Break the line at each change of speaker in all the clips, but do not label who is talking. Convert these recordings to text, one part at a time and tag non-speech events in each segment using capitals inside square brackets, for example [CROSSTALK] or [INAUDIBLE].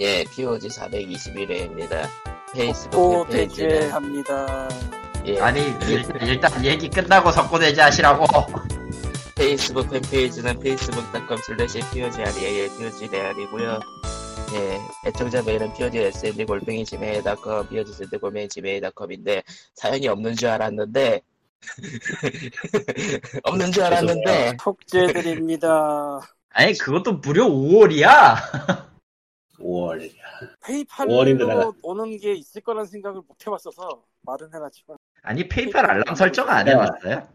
예, POG 421회입니다.
고
페이스북
대죄
팬페이지는
합니다.
예,
아니 일- 일단 얘기 끝나고 석고대지 하시라고
페이스북 팬페이지는 facebook.com slash POG 아리에 POG 대알이고요 예, 애청자 메일은 POG SND 골뱅이 지메일.com, POG SND 골뱅이 지메일.com인데, 사연이 없는 줄 알았는데, [LAUGHS] 없는 줄 알았는데,
톡죄드립니다.
아니 그것도 무려 5월이야
5월. 월인데 내가-
페이팔로 오는 게 있을 거란 생각을 못 해봤어서 말은 해놨지만
아니 페이팔 알람 설정 안 해놨어요?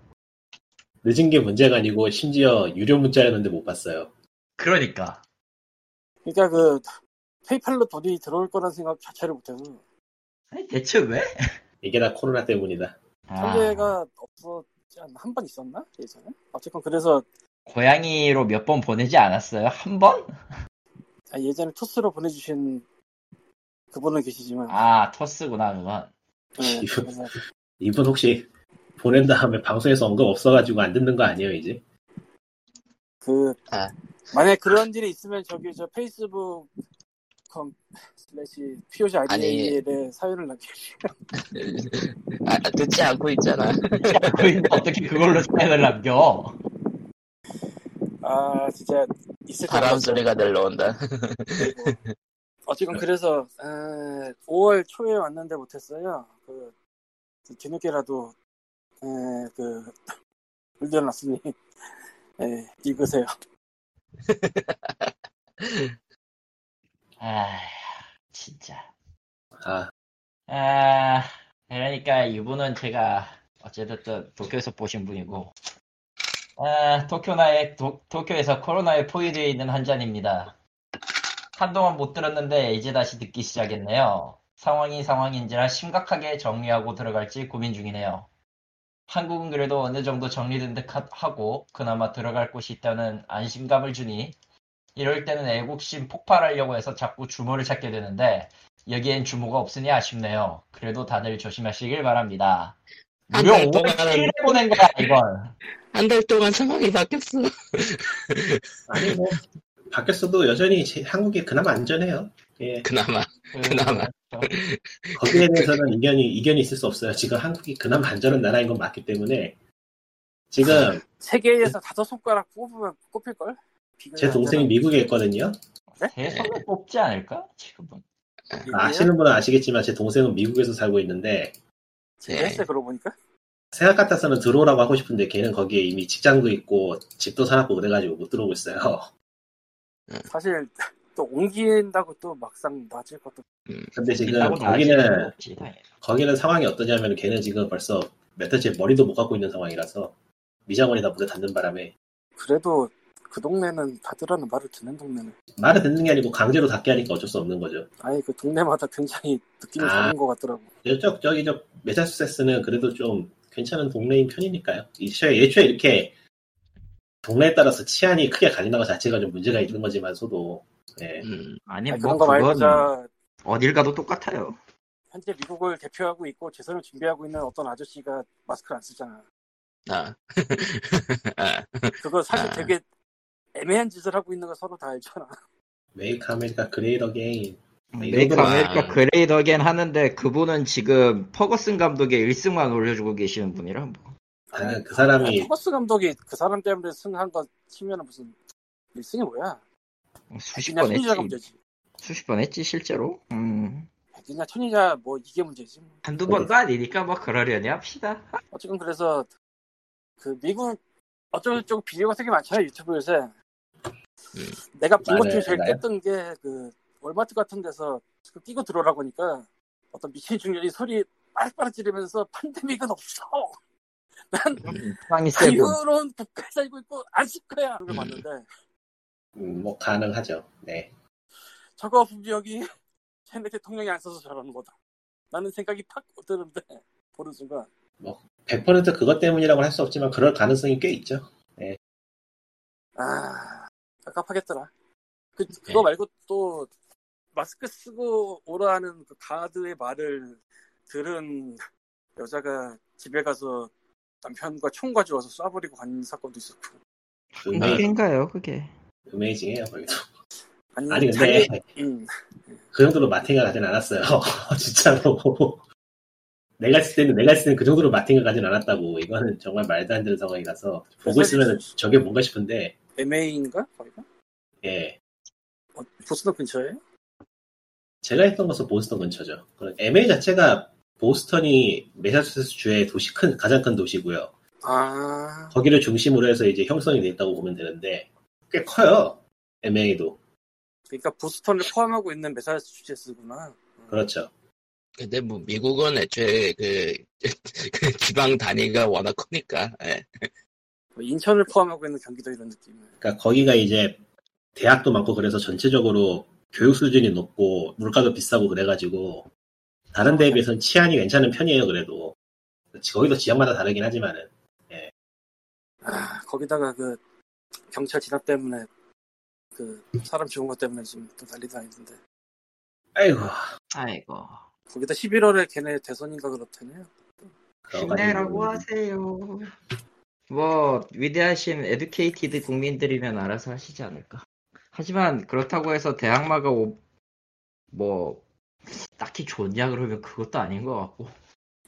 늦은 게 문제가 아니고 심지어 유료 문자였는데 못 봤어요.
그러니까
그러니까 그 페이팔로 돈이 들어올 거란 생각 자체를 못해서
아니 대체 왜?
이게 다 코로나 때문이다.
아,
설레가 없었지 않나? 한 번 있었나? 예전에? 어쨌건 그래서
고양이로 몇 번 보내지 않았어요? 한 번?
아, 예전에 토스로 보내주신 그분은 계시지만
아 토스구나 그건
예,
이거-
그래서
이분 혹시 보낸 다음에 방송에서 언급 없어가지고 안 듣는 거 아니에요 이제?
그
아.
만약 그런 일이 있으면 저기 저 페이스북 컴 슬래시 POG
아니.
아이디에 대해 사연을 남겨주세요.
아, 듣지 않고 있잖아.
그러니까 어떻게 그걸로 사연을 남겨
아 진짜 있을 것
바람
같아요.
소리가 날라온다.
어쨌건 그래서 에, 5월 초에 왔는데 못했어요. 그 뒤늦게라도 에, 그 [LAUGHS] 의견 났으니 에, 읽으세요.
아 진짜
아
아 그러니까 이분은 제가 어쨌든 도쿄에서 보신 분이고 아 도쿄나의 도, 도쿄에서 코로나에 포위되어 있는 환자입니다. 한동안 못 들었는데 이제 다시 듣기 시작했네요. 상황이 상황인지라 심각하게 정리하고 들어갈지 고민 중이네요. 한국은 그래도 어느 정도 정리된 듯 하- 하고 그나마 들어갈 곳이 있다는 안심감을 주니 이럴 때는 애국심 폭발하려고 해서 자꾸 주모를 찾게 되는데 여기엔 주모가 없으니 아쉽네요. 그래도 다들 조심하시길 바랍니다.
한
무려
달 동안은-
500일 보낸 거야, 이건.
한 달 동안 상황이 바뀌었어.
아니 뭐 [LAUGHS] 바뀌었어도 여전히 제- 한국이 그나마 안전해요. 예
그나마.
그-
그나마.
거기에 대해서는 이견이 이견이 있을 수 없어요. 지금 한국이 그나마 안전한 나라인 건 맞기 때문에 지금
세계에서
네.
다섯 손가락 뽑으면 꼽힐 걸.
제 동생이 미국에 있거든요. 네?
대선을 뽑지 않을까? 지금은.
아, 아시는 분은 아시겠지만 제 동생은 미국에서 살고 있는데
제스 그러고 보니까
생각 같아서는 들어오라고 하고 싶은데 걔는 거기에 이미 직장도 있고 집도 사놨고 그래가지고 못 들어오고 있어요. [LAUGHS]
사실 [LAUGHS] 또 옮긴다고 또 막상 놔줄 것도
근데 지금
있다고 뭐. 나아질 수는
거기는
없지, 네. 당연히.
거기는 상황이 어떠냐면 걔는 지금 벌써 몇 달째 머리도 못 감고 있는 상황이라서 미장원이 다 물에 닿는 바람에
그래도 그 동네는 다들라는 말을 듣는 동네는
말을 듣는 게 아니고 강제로 닫게 하니까 어쩔 수 없는 거죠.
아예 그 동네마다 굉장히 느낌이
아.
다른 것 같더라고.
저쪽 저기 저 메타수세스는 그래도 좀 괜찮은 동네인 편이니까요. 애초에, 애초에 이렇게 동네에 따라서 치안이 크게 갈린다는 것 자체가 좀 문제가 있는 거지만서도 예.
음,
아니,
아니,
뭐,
그런 거 말고
그건
자
어딜 가도 똑같아요.
현재 미국을 대표하고 있고 재선을 준비하고 있는 어떤 아저씨가 마스크를 안 쓰잖아.
아. [LAUGHS] 아.
그거 사실
아.
되게 애매한 짓을 하고 있는 거 서로 다 알잖아.
메이크 아메리카 그레이트 어게인
메이크
이거구나.
아메리카 네, 그러니까 그레이드 어겐 하는데 그분은 지금 퍼거슨 감독의 1승만 올려주고 계시는 분이라 뭐.
아니, 그
아니,
사람이
[LAUGHS] 토마스 감독이 그 사람 때문에 승한 거 치면 은 무슨 일승이 뭐야?
수십
백이냐
번 했지.
천이자가 문제지.
수십 번 했지, 실제로. 음.
백이냐 천이자 뭐 이게 문제지.
한두 번도 아니니까 뭐 그러려니 합시다.
어쨌건 그래서 그 미국 어쩌고 저쩌고 비디오가 되게 많잖아요 유튜브 요새 내가 본 것 중에 제일
많아요,
깼던 게 그 월마트 같은 데서 그 끼고 들어오라고 하니까 어떤 미친 중년이 소리 빠르빠르 지르면서 팬데믹은 없어 난
상이 세고.
뭐
자유로운 국가에 살고 있고 안 쓸 거야 그걸 봤는데
음, 뭐 가능하죠. 네.
저거 분명히 [LAUGHS] 쟤네 대통령이 안 써서 저러는 거다 라는 생각이 팍 드는데 보는 순간
100% 그것 때문이라고 할 수 없지만 그럴 가능성이 꽤 있죠.
아, 깝깝하겠더라. 그,
네.
그거
예.
말고 또, 마스크 쓰고 오라는 그 가드의 말을 들은 여자가 집에 가서 남편과 총 가져와서 쏴버리고 간 사건도 있었고.
음에,
네.
네.
그게인가요, 그게?
음에이징해요, 거기도.
아니,
아니,
자기,
근데
음,
그 정도로 마탱이가 가진 않았어요. [LAUGHS] 진짜로. 내가 했을 때는, 내가 했을 때는 그 정도로 마탱이가 가진 않았다고. 이거는 정말 말도 안 되는 상황이라서. 보고 있으면 저게 뭔가 싶은데,
MA인가? 거기가?
예.
어, 보스턴 근처에?
제가 했던 것은 보스턴 근처죠. 그리고 MA 자체가 보스턴이 매사추세츠 주의 도시 큰, 가장 큰 도시고요.
아,
거기를 중심으로 해서 이제 형성이 돼 있다고 보면 되는데, 꽤 커요. MA도.
그러니까 보스턴을 포함하고 있는 메사추세츠구나.
그렇죠.
근데 뭐 미국은 애초에 그, [LAUGHS] 그 지방 단위가 워낙 크니까 예.
뭐 인천을 포함하고 있는 경기도 이런 느낌.
그러니까 거기가 이제 대학도 많고 그래서 전체적으로 교육 수준이 높고 물가도 비싸고 그래가지고 다른 데에 비해서는 치안이 괜찮은 편이에요 그래도 지- 거기도 지역마다 다르긴 하지만은
아, 거기다가 그 경찰 진압 때문에 그 사람 죽은 것 때문에 지금 또 난리 나는데
아이고
아이고.
거기다 11월에 걔네 대선인가 그렇다네요.
그래가지고
네, 하세요. 뭐 위대하신 에듀케이티드 국민들이면 알아서 하시지 않을까. 하지만 그렇다고 해서 대학마가 오- 뭐 딱히 좋냐 그러면 그것도 아닌 것 같고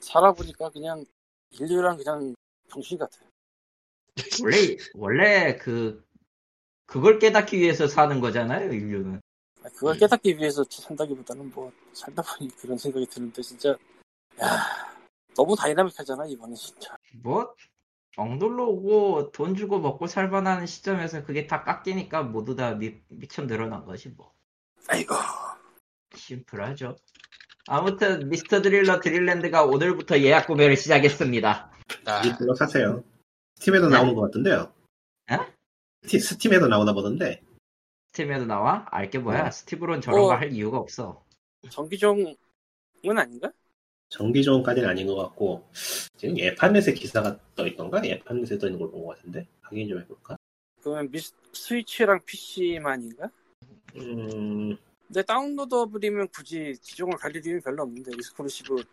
살아보니까 그냥 인류랑 그냥 정신 같아.
원래 원래 그 그걸 깨닫기 위해서 사는 거잖아요 인류는.
아, 그걸 깨닫기 위해서 산다기보다는 뭐 살다 보니 그런 생각이 드는데 진짜 야, 너무 다이나믹하잖아 이번에 진짜.
뭐 억눌러 오고 돈 주고 먹고 살만한 시점에서 그게 다 깎이니까 모두 다 미, 미쳐 늘어난 거지 뭐.
아이고.
심플하죠. 아무튼 미스터 드릴러 드릴랜드가 오늘부터 예약 구매를 시작했습니다.
아,
이제 그거 사세요 네. 스팀에도 나오는 것 같던데요
에?
스티- 스팀에도 나오나 보던데
스팀에도 나와? 알게 뭐야? 스티브론 저런
어.
거 할 이유가 네. 없어.
정기종은 아닌가?
정기종까지는 아닌 것 같고 지금 예판넷에 기사가 떠 있던가 예판넷에 떠 있는 걸 본 것 같은데 확인 좀 해볼까
그러면 미스, 스위치랑 PC만인가?
음
근데 다운로더블이면 굳이 지종을 갈릴 이유는 별로 없는데 익스클루시브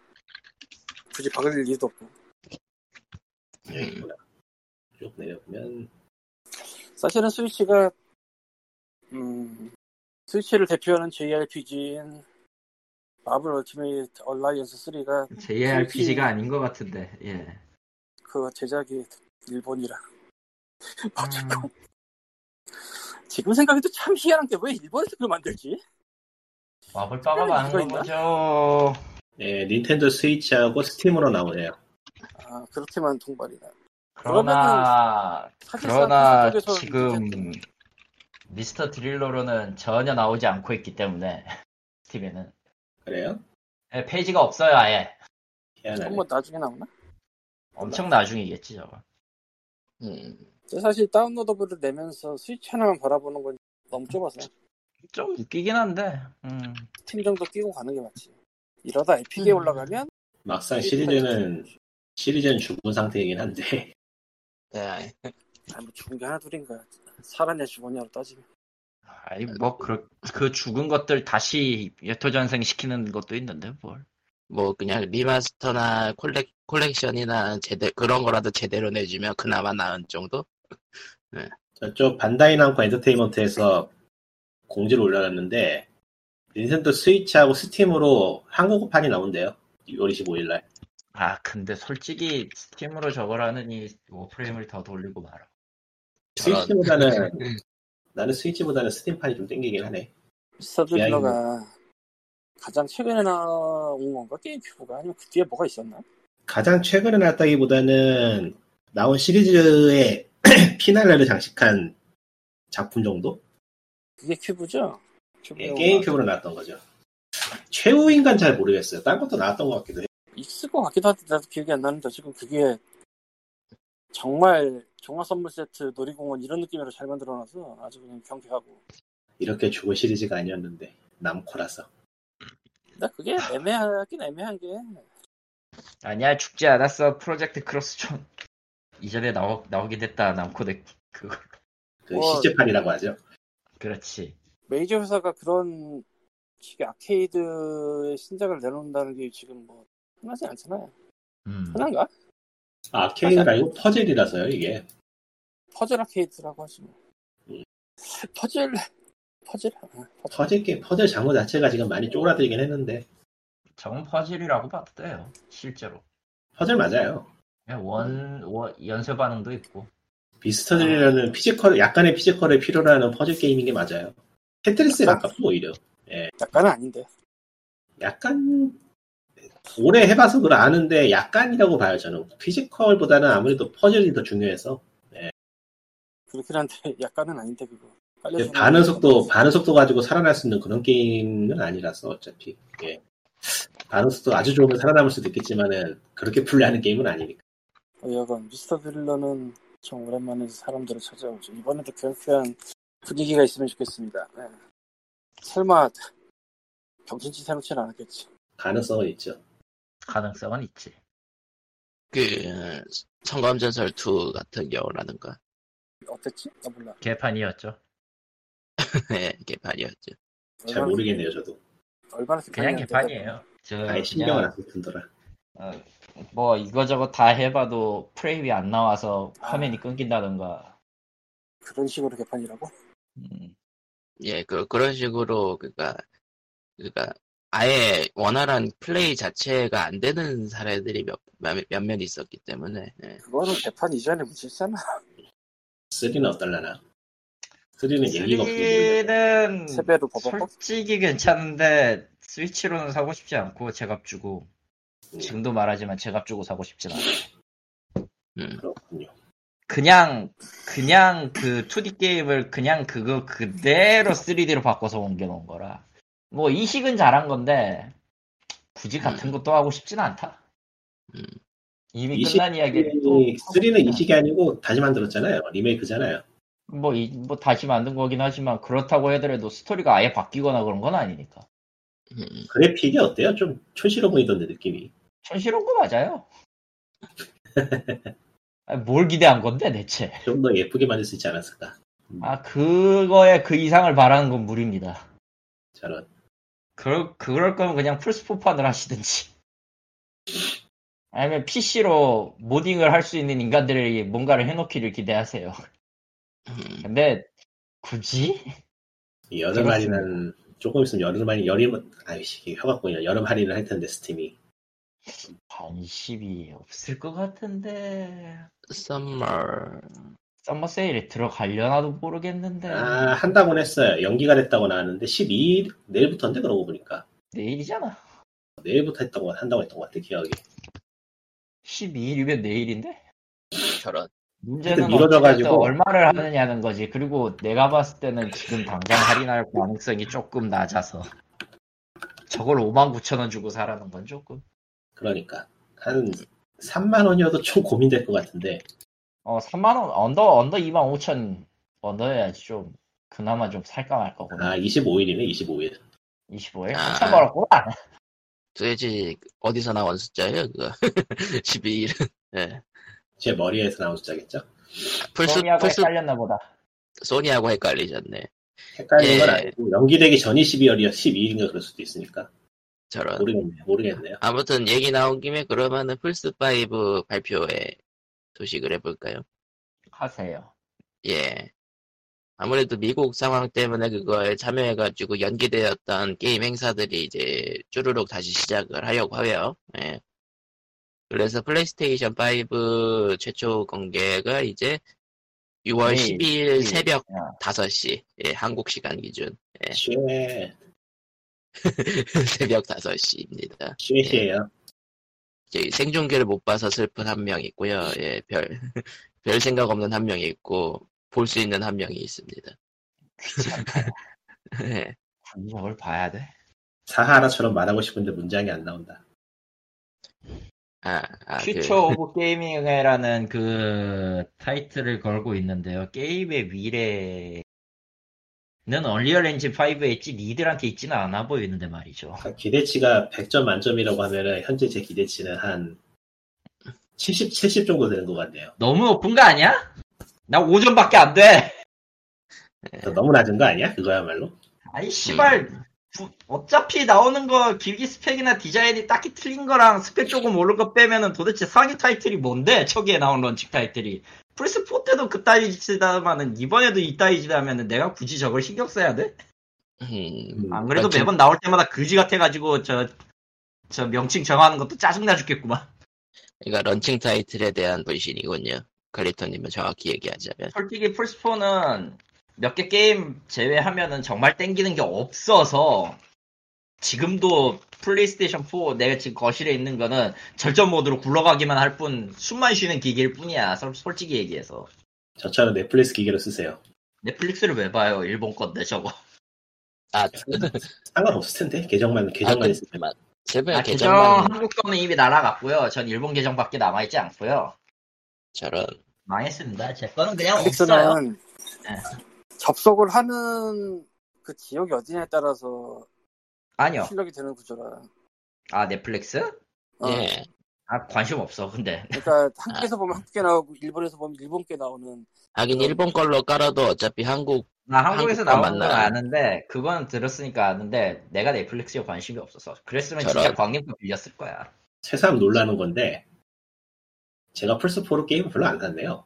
굳이 박을 일도 없고
네. 쭉 내려보면
사실은 스위치가 음, 스위치를 대표하는 JRPG인 마블 얼티메이트 얼라이언스 3가
JRPG가 아닌 것 같은데. 예.
그 제작이 일본이라
음.
어쨌건 지금 생각해도 참 희한한 게 왜 일본에서 그걸 만들지?
와볼
바가 많은 거 있나?
거죠.
예, 닌텐도 스위치하고 스팀으로 나오네요
아 그렇지만 동발이다
그러나
사실상
그러나
한국에서
지금
이렇게
미스터 드릴러로는 전혀 나오지 않고 있기 때문에 [LAUGHS] 스팀에는
그래요?
예, 페이지가 없어요 아예.
희한하네.
한번 나중에 나오나?
엄청 나중이겠지 저거.
음,
근데 사실 다운로더블을 내면서 스위치 하나만 바라보는 건 너무 좁아서
좀 웃기긴 한데. 음.
팀 정도 끼고 가는 게 맞지. 이러다 에픽에
음.
올라가면
막상 시리즈는 시리즈는 죽은 상태이긴 한데 [LAUGHS]
예.
아, 뭐 죽은 게 하나 둘인가 살았냐 죽었냐로 따지면
아니 뭐그 그 죽은 것들 다시 여토전생 시키는 것도 있는데 뭘.
뭐 그냥 리마스터나 콜렉, 콜렉션이나 제대 그런 거라도 제대로 내주면 그나마 나은 정도?
저쪽 반다이 남코 엔터테인먼트에서 공지를 올려놨는데 닌텐도 스위치하고 스팀으로 한국어판이 나온대요. 6월 25일 날.
아 근데 솔직히 스팀으로 저걸 하느니 워프레임을 더 돌리고 말아.
저런.
스위치보다는 [LAUGHS] 나는 스위치보다는 스팀판이 좀 땡기긴 하네. 뭐.
스타드릴러가 가장 최근에 나온 건가 게임 큐브가 아니면 그 뒤에 뭐가 있었나?
가장 최근에 나왔다기보다는 나온 시리즈의 [CLEARS THROAT] 피날레를 장식한 작품 정도?
그게 큐브죠? 큐브
예, 게임
영화.
큐브로 나왔던 거죠. 최후인간 잘 모르겠어요. 딴 것도 나왔던 것 같기도 해요.
있을 것 같기도 한데 나도 기억이 안 나는데 지금 그게 정말 종합 선물 세트 놀이공원 이런 느낌으로 잘 만들어놔서 아주 그냥 경쾌하고
이렇게 죽은 시리즈가 아니었는데 남코라서.
근데 그게 애매하긴 애매한 게
아니야 죽지 않았어 프로젝트 크로스존 이전에 나오 나오게 됐다 남코덱 그
그
뭐,
시제판이라고 하죠.
그렇지.
메이저 회사가 그런 식의 아케이드 신작을 내놓는다는 게 지금 뭐 흔하지 않잖아요.
음.
흔한가?
아, 케이는 아니고 퍼즐이라서요, 이게.
퍼즐 아케이드라고 하지 뭐.
음.
퍼즐 퍼즐 하나. 퍼즐.
퍼즐 게 퍼즐 장르 자체가 지금 많이 쪼그라들긴 했는데
저건 퍼즐이라고 봐도 돼요 실제로
퍼즐 맞아요.
그냥 원, 원 연쇄 반응도 있고
비스터즈라는 피지컬 약간의 피지컬을 필요로 하는 퍼즐 게임인 게 맞아요. 테트리스에
약간?
가깝고 오히려
약간은 아닌데.
약간 오래 해봐서 그걸 아는데 약간이라고 봐요 저는 피지컬보다는 아무래도 퍼즐이 더 중요해서
그렇긴 한데 [LAUGHS] 약간은 아닌데 그거.
근데
깔려주는
반응
거.
속도 반응 속도 가지고 살아날 수 있는 그런 게임은 아니라서 어차피 예. 반응 속도 아주 좋으면 살아남을 수도 있겠지만은 그렇게 풀리하는 게임은 아니니까
어, 여간 미스터 드릴러는 참 오랜만에 사람들을 찾아오죠. 이번에도 경쾌한 분위기가 있으면 좋겠습니다. 네. 설마 정신치 사놓지는 않았겠지.
가능성은 있죠.
가능성은 있지
그 성검전설 2 같은 경우라는가 [LAUGHS]
어땠지? 나 몰라.
개판이었죠
예, 개판이었죠.
잘
얼마나-
모르겠네요 저도.
얼마나
그냥
습관이었는데.
개판이에요 저
아예 신경을 안 쓰더라.
어, 뭐 이거저거 다 해봐도 프레임이 안 나와서 화면이 끊긴다던가
그런 식으로 개판이라고?
음,
예, 그 그런 식으로 그니까 그니까 아예 원활한 플레이 자체가 안 되는 사례들이 몇몇 몇, 몇 있었기 때문에 예.
그거는 개판 이전에 무시했잖아.
음,
3는 어떨라나? 3는 얘기가 없고
스위치는
세배로 버벅벅.
솔직히 괜찮은데 스위치로는 사고 싶지 않고 제값 주고 지금도 말하지만 제값 주고 사고 싶진 않아
음.
그렇군요.
그냥 그냥 그 2D 게임을 그냥 그거 그대로 3D로 바꿔서 옮겨놓은 거라 뭐 이식은 잘한 건데 굳이 같은 것도 하고 싶진 않다
음.
이미
이식이-
끝난 이야기를 또 하고
3는
싶진
이식이 아니고 다시 만들었잖아요. 리메이크잖아요.
않아. 뭐, 이- 뭐 다시 만든 거긴 하지만 그렇다고 해더라도 스토리가 아예 바뀌거나 그런 건 아니니까
음,
그래픽이 어때요? 좀 촌스러워 보이던데 느낌이.
천시로운 거 맞아요 아니, 뭘 기대한 건데 대체
좀 더 예쁘게 만들 수 있지 않았을까?
아 그거에 그 이상을 바라는 건 무리입니다
저는
그럴, 그럴 거면 그냥 플스포판을 하시든지. 아니면 PC로 모딩을 할 수 있는 인간들이 뭔가를 해놓기를 기대하세요.
음.
근데, 굳이?
이 여름 할인은 조금 있으면 여름 할인 여름 아이씨 혀가 꼬이네. 여름 할인을 할 텐데 스팀이
관심이 없을 것 같은데.
썸머
썸머 세일에 들어가려나도 모르겠는데.
아 한다고는 했어요. 연기가 됐다고 나왔는데 12일 내일부터인데 그러고 보니까
내일이잖아.
내일부터 했다고 한다고 했던 것 같아 기억이.
12일이면 내일인데?
저런
문제는
미뤄져가지고.
어찌됐든 얼마를 하느냐는 거지. 그리고 내가 봤을 때는 지금 당장 할인할 가능성이 조금 낮아서. 저걸 59,000원 주고 사라는 건 조금.
그러니까 한 3만 원이어도 좀 고민될 것 같은데
어, 3만원, 언더, 언더 2만 5천, 언더여야지 좀, 그나마 좀 살까 말까 고민.
아 25일이네 25일.
25에?
아.
한참 벌었구나.
도대체 어디서 나온 숫자예요 그거 [LAUGHS] 12일은 예.
제 머리에서 나온 숫자겠죠?
플스
소니하고
플스
헷갈렸나 보다.
소니하고 헷갈리셨네
헷갈린 건
예.
아니고 연기되기 전이 12월이야 12일인가 그럴 수도 있으니까
저런
모르겠네요. 모르겠네요.
아무튼 얘기 나온 김에 그러면은 플스 5 발표회 소식을 해볼까요?
하세요.
예. 아무래도 미국 상황 때문에 그거에 참여해가지고 연기되었던 게임 행사들이 이제 쭈루룩 다시 시작을 하려고 하요. 예. 그래서 플레이스테이션 5 최초 공개가 이제 6월
네,
12일
네.
새벽
야.
5시, 예, 한국 시간 기준. [LAUGHS]
쉐
새벽 5시입니다.
쉐쉐예요.
생중계를 못 봐서 슬픈 한 명 있고요. 예, 별, [LAUGHS] 별 생각 없는 한 명이 있고, 볼 수 있는 한 명이 있습니다. [LAUGHS]
귀찮다.
예.
아, 굳이 저걸 봐야 돼?
사하라처럼 말하고 싶은데 문장이 안 나온다.
아, 아, 그-
퓨처 오브 게이밍이라는 그 타이틀을 걸고 있는데요. 게임의 미래는 얼리얼 엔진 5에 있지 니들한테 있지는 않아 보이는데 말이죠.
그러니까 기대치가 100점 만점이라고 하면은 현재 제 기대치는 한 70, 70 정도 되는 것 같네요.
너무 높은 거 아니야? 나 5점밖에 안 돼. 네.
그러니까 너무 낮은 거 아니야? 그거야말로.
아니 씨발
음.
부- 어차피 나오는 거 길기 스펙이나 디자인이 딱히 틀린 거랑 스펙 조금 오른 거 빼면은 도대체 상위 타이틀이 뭔데 저기에 나온 런칭 타이틀이 그 플스4 때도 그따위지다마는 이번에도 이따위지다면은 내가 굳이 저걸 신경 써야 돼?
음,
아.
음,
안 그래도
맞지.
매번 나올 때마다 그지 같아가지고 저, 저 명칭 정하는 것도 짜증나 죽겠구만.
그러니까 런칭 타이틀에 대한 분신이군요. 가리토님은 정확히 얘기하자면
[LAUGHS] 솔직히 플스4는 몇 개 게임 제외하면은 정말 땡기는 게 없어서 지금도 플레이스테이션 4 내가 지금 거실에 있는 거는 절전 모드로 굴러가기만 할 뿐 숨만 쉬는 기기일 뿐이야 솔- 솔직히 얘기해서
저처럼 넷플릭스 기계로 쓰세요.
넷플릭스를 왜 봐요 일본 건데 저거
아,
상관없을 텐데 계정만 계정만 있으면
만 제발
아, 계정
계정만
한국 거는 이미 날아갔고요 전 일본 계정밖에 남아있지 않고요
저런
망했습니다 제 거는 그냥 없어요
넷플릭스는
네.
접속을 하는 그 지역이 어디냐에 따라서
아니요
실력이 되는 구조라.
아 넷플릭스?
어,
예
아 관심 없어 근데
그러니까
아.
한국에서 보면 한국게 나오고 일본에서 보면 일본게 나오는
하긴 일본 걸로 깔아도 어차피 한국
나 한국에서
한국판
나오는 건
맞나요?
아는데 그건 들었으니까 아는데 내가 넷플릭스에 관심이 없어서 그랬으면
저런.
진짜 광림도 빌렸을 거야
새삼 놀라는 건데 제가 플스4로 게임을 별로 안 샀네요.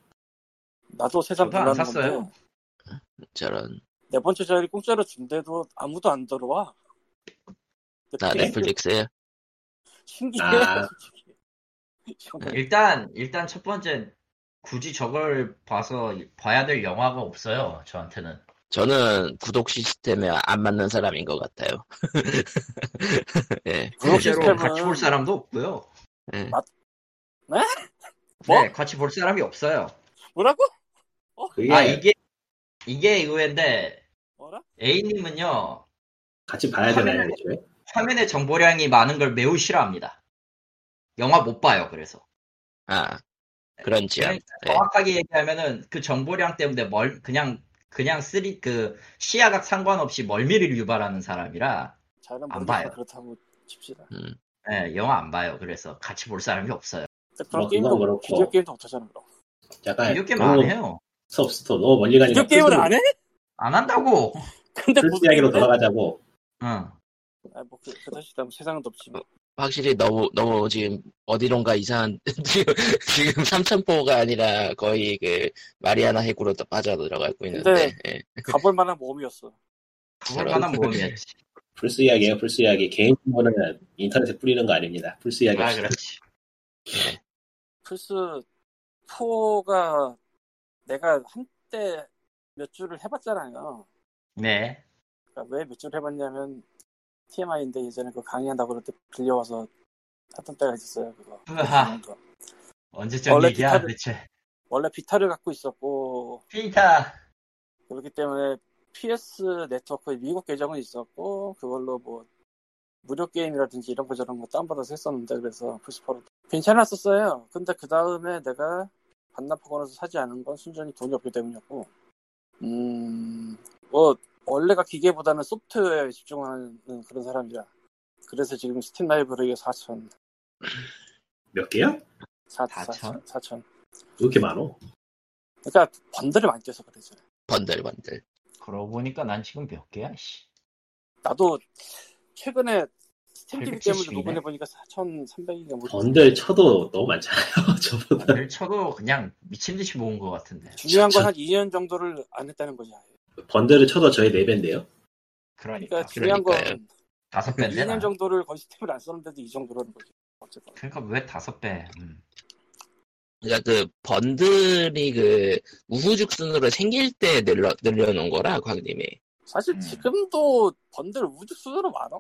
나도 세상
저도 안
몰라는
샀어요.
건데
저런
네 번째 자리 공짜로 준대도 아무도 안 들어와.
아,
나
네.
네?
넷플릭스에
[LAUGHS] 신기해. [LAUGHS]
아.
솔직히.
네.
이거는
일단 일단 첫 번째 굳이 저걸 봐서 봐야 될 영화가 없어요 저한테는
저는 구독 시스템에 안 맞는 사람인 것 같아요. [LAUGHS] 예.
구독
실제로
시스템은
같이 볼 사람도 없고요
예.
뭐?
네 같이 볼 사람이 없어요
뭐라고?
예.
그게
아 이게 이게 의외인데
뭐라?
A님은요
같이 봐야 되나요? 애초에?
화면의 정보량이 많은 걸 매우 싫어합니다 영화 못 봐요 그래서
아, 그런 지향.
예.
그러니까 정확하게 얘기하면은 그 정보량 때문에 멀 그냥 그냥 쓰리 그 시야각 상관없이 멀미를 유발하는 사람이라
잘은
안
모르겠어
봐요.
그렇다고 칩시다.
음.
예, 영화 안 봐요. 그래서 같이 볼 사람이 없어요.
근데
뭐,
그러니까 그런
그건
게임도
그렇고.
비디오 게임도 못하잖아. 그럼.
약간
비디오 게임
너무
안 해요.
섭스토 너무 멀리 가니까
비디오 게임을 안 해? [LAUGHS]
안 한다고.
근데
플스
무슨 게임을
이야기로
해?
돌아가자고
응.
아, 뭐 그, 그 다시 다음 세상은 없지. 뭐.
확실히 너무 너무 지금 어디론가 이상한 [LAUGHS] 지금 지금 삼천포가 아니라 거의 그 마리아나 해구로 또 빠져 들어가고 있는데 예.
가볼 만한 모험이었어.
얼마나 모험이었지.
플스 이야기예요. 플스 이야기 개인 정보는 인터넷에 뿌리는 거 아닙니다. 플스 이야기
아
합시다.
그렇지.
플스 4가 내가 한때 몇 주를 해봤잖아요.
네.
그러니까 왜 몇 주를 해봤냐면 TMI인데 예전에 그 강의한다고 그럴 때 빌려와서 하던 때가 있었어요. 그거.
으하. 언제적
원래
얘기야
기타를-
대체.
원래 비타를 갖고 있었고
피타.
그렇기 때문에 PS 네트워크의 미국 계정은 있었고 그걸로 뭐 무료 게임이라든지 이런 거 저런 거 다운받아서 했었는데 그래서 플스포로 괜찮았었어요. 근데 그 다음에 내가 반납하거나서 사지 않은 건 순전히 돈이 없기 때문이었고 음, 음뭐 원래가 기계보다는 소프트웨어에 집중하는 그런 사람이라 그래서 지금 스팀 라이브러리에 4천
몇 개요?
4,
사천?
4천 4천
왜 이렇게 많어?
그러니까 번들을 많이 껴서 그러죠.
번들 번들.
그러고 보니까 난 지금 몇 개야? 씨.
나도 최근에 스팀 TV 때문에
870 이네.
녹음해 보니까 4,300인가 뭐
번들 쳐도 너무 많잖아요. [LAUGHS] 저보다
오늘 쳐도 그냥 미친 듯이 모은 것 같은데.
중요한 건
저-
한 2년 정도를 안 했다는 거지.
번들을 쳐도 저희 네 배인데요.
그러니까
그러니까 중요한 건
그러니까요.
다섯 배인데.
2년
나는.
정도를 거의 스팀을 안 썼는데도 이 정도라는 거지. 어쨌든
그러니까 왜 다섯 배? 음.
그러니까 그 번들이 그 우후죽순으로 생길 때 늘려 늘려놓은 거라 광님이.
사실
음.
지금도 번들 우주수로 많어.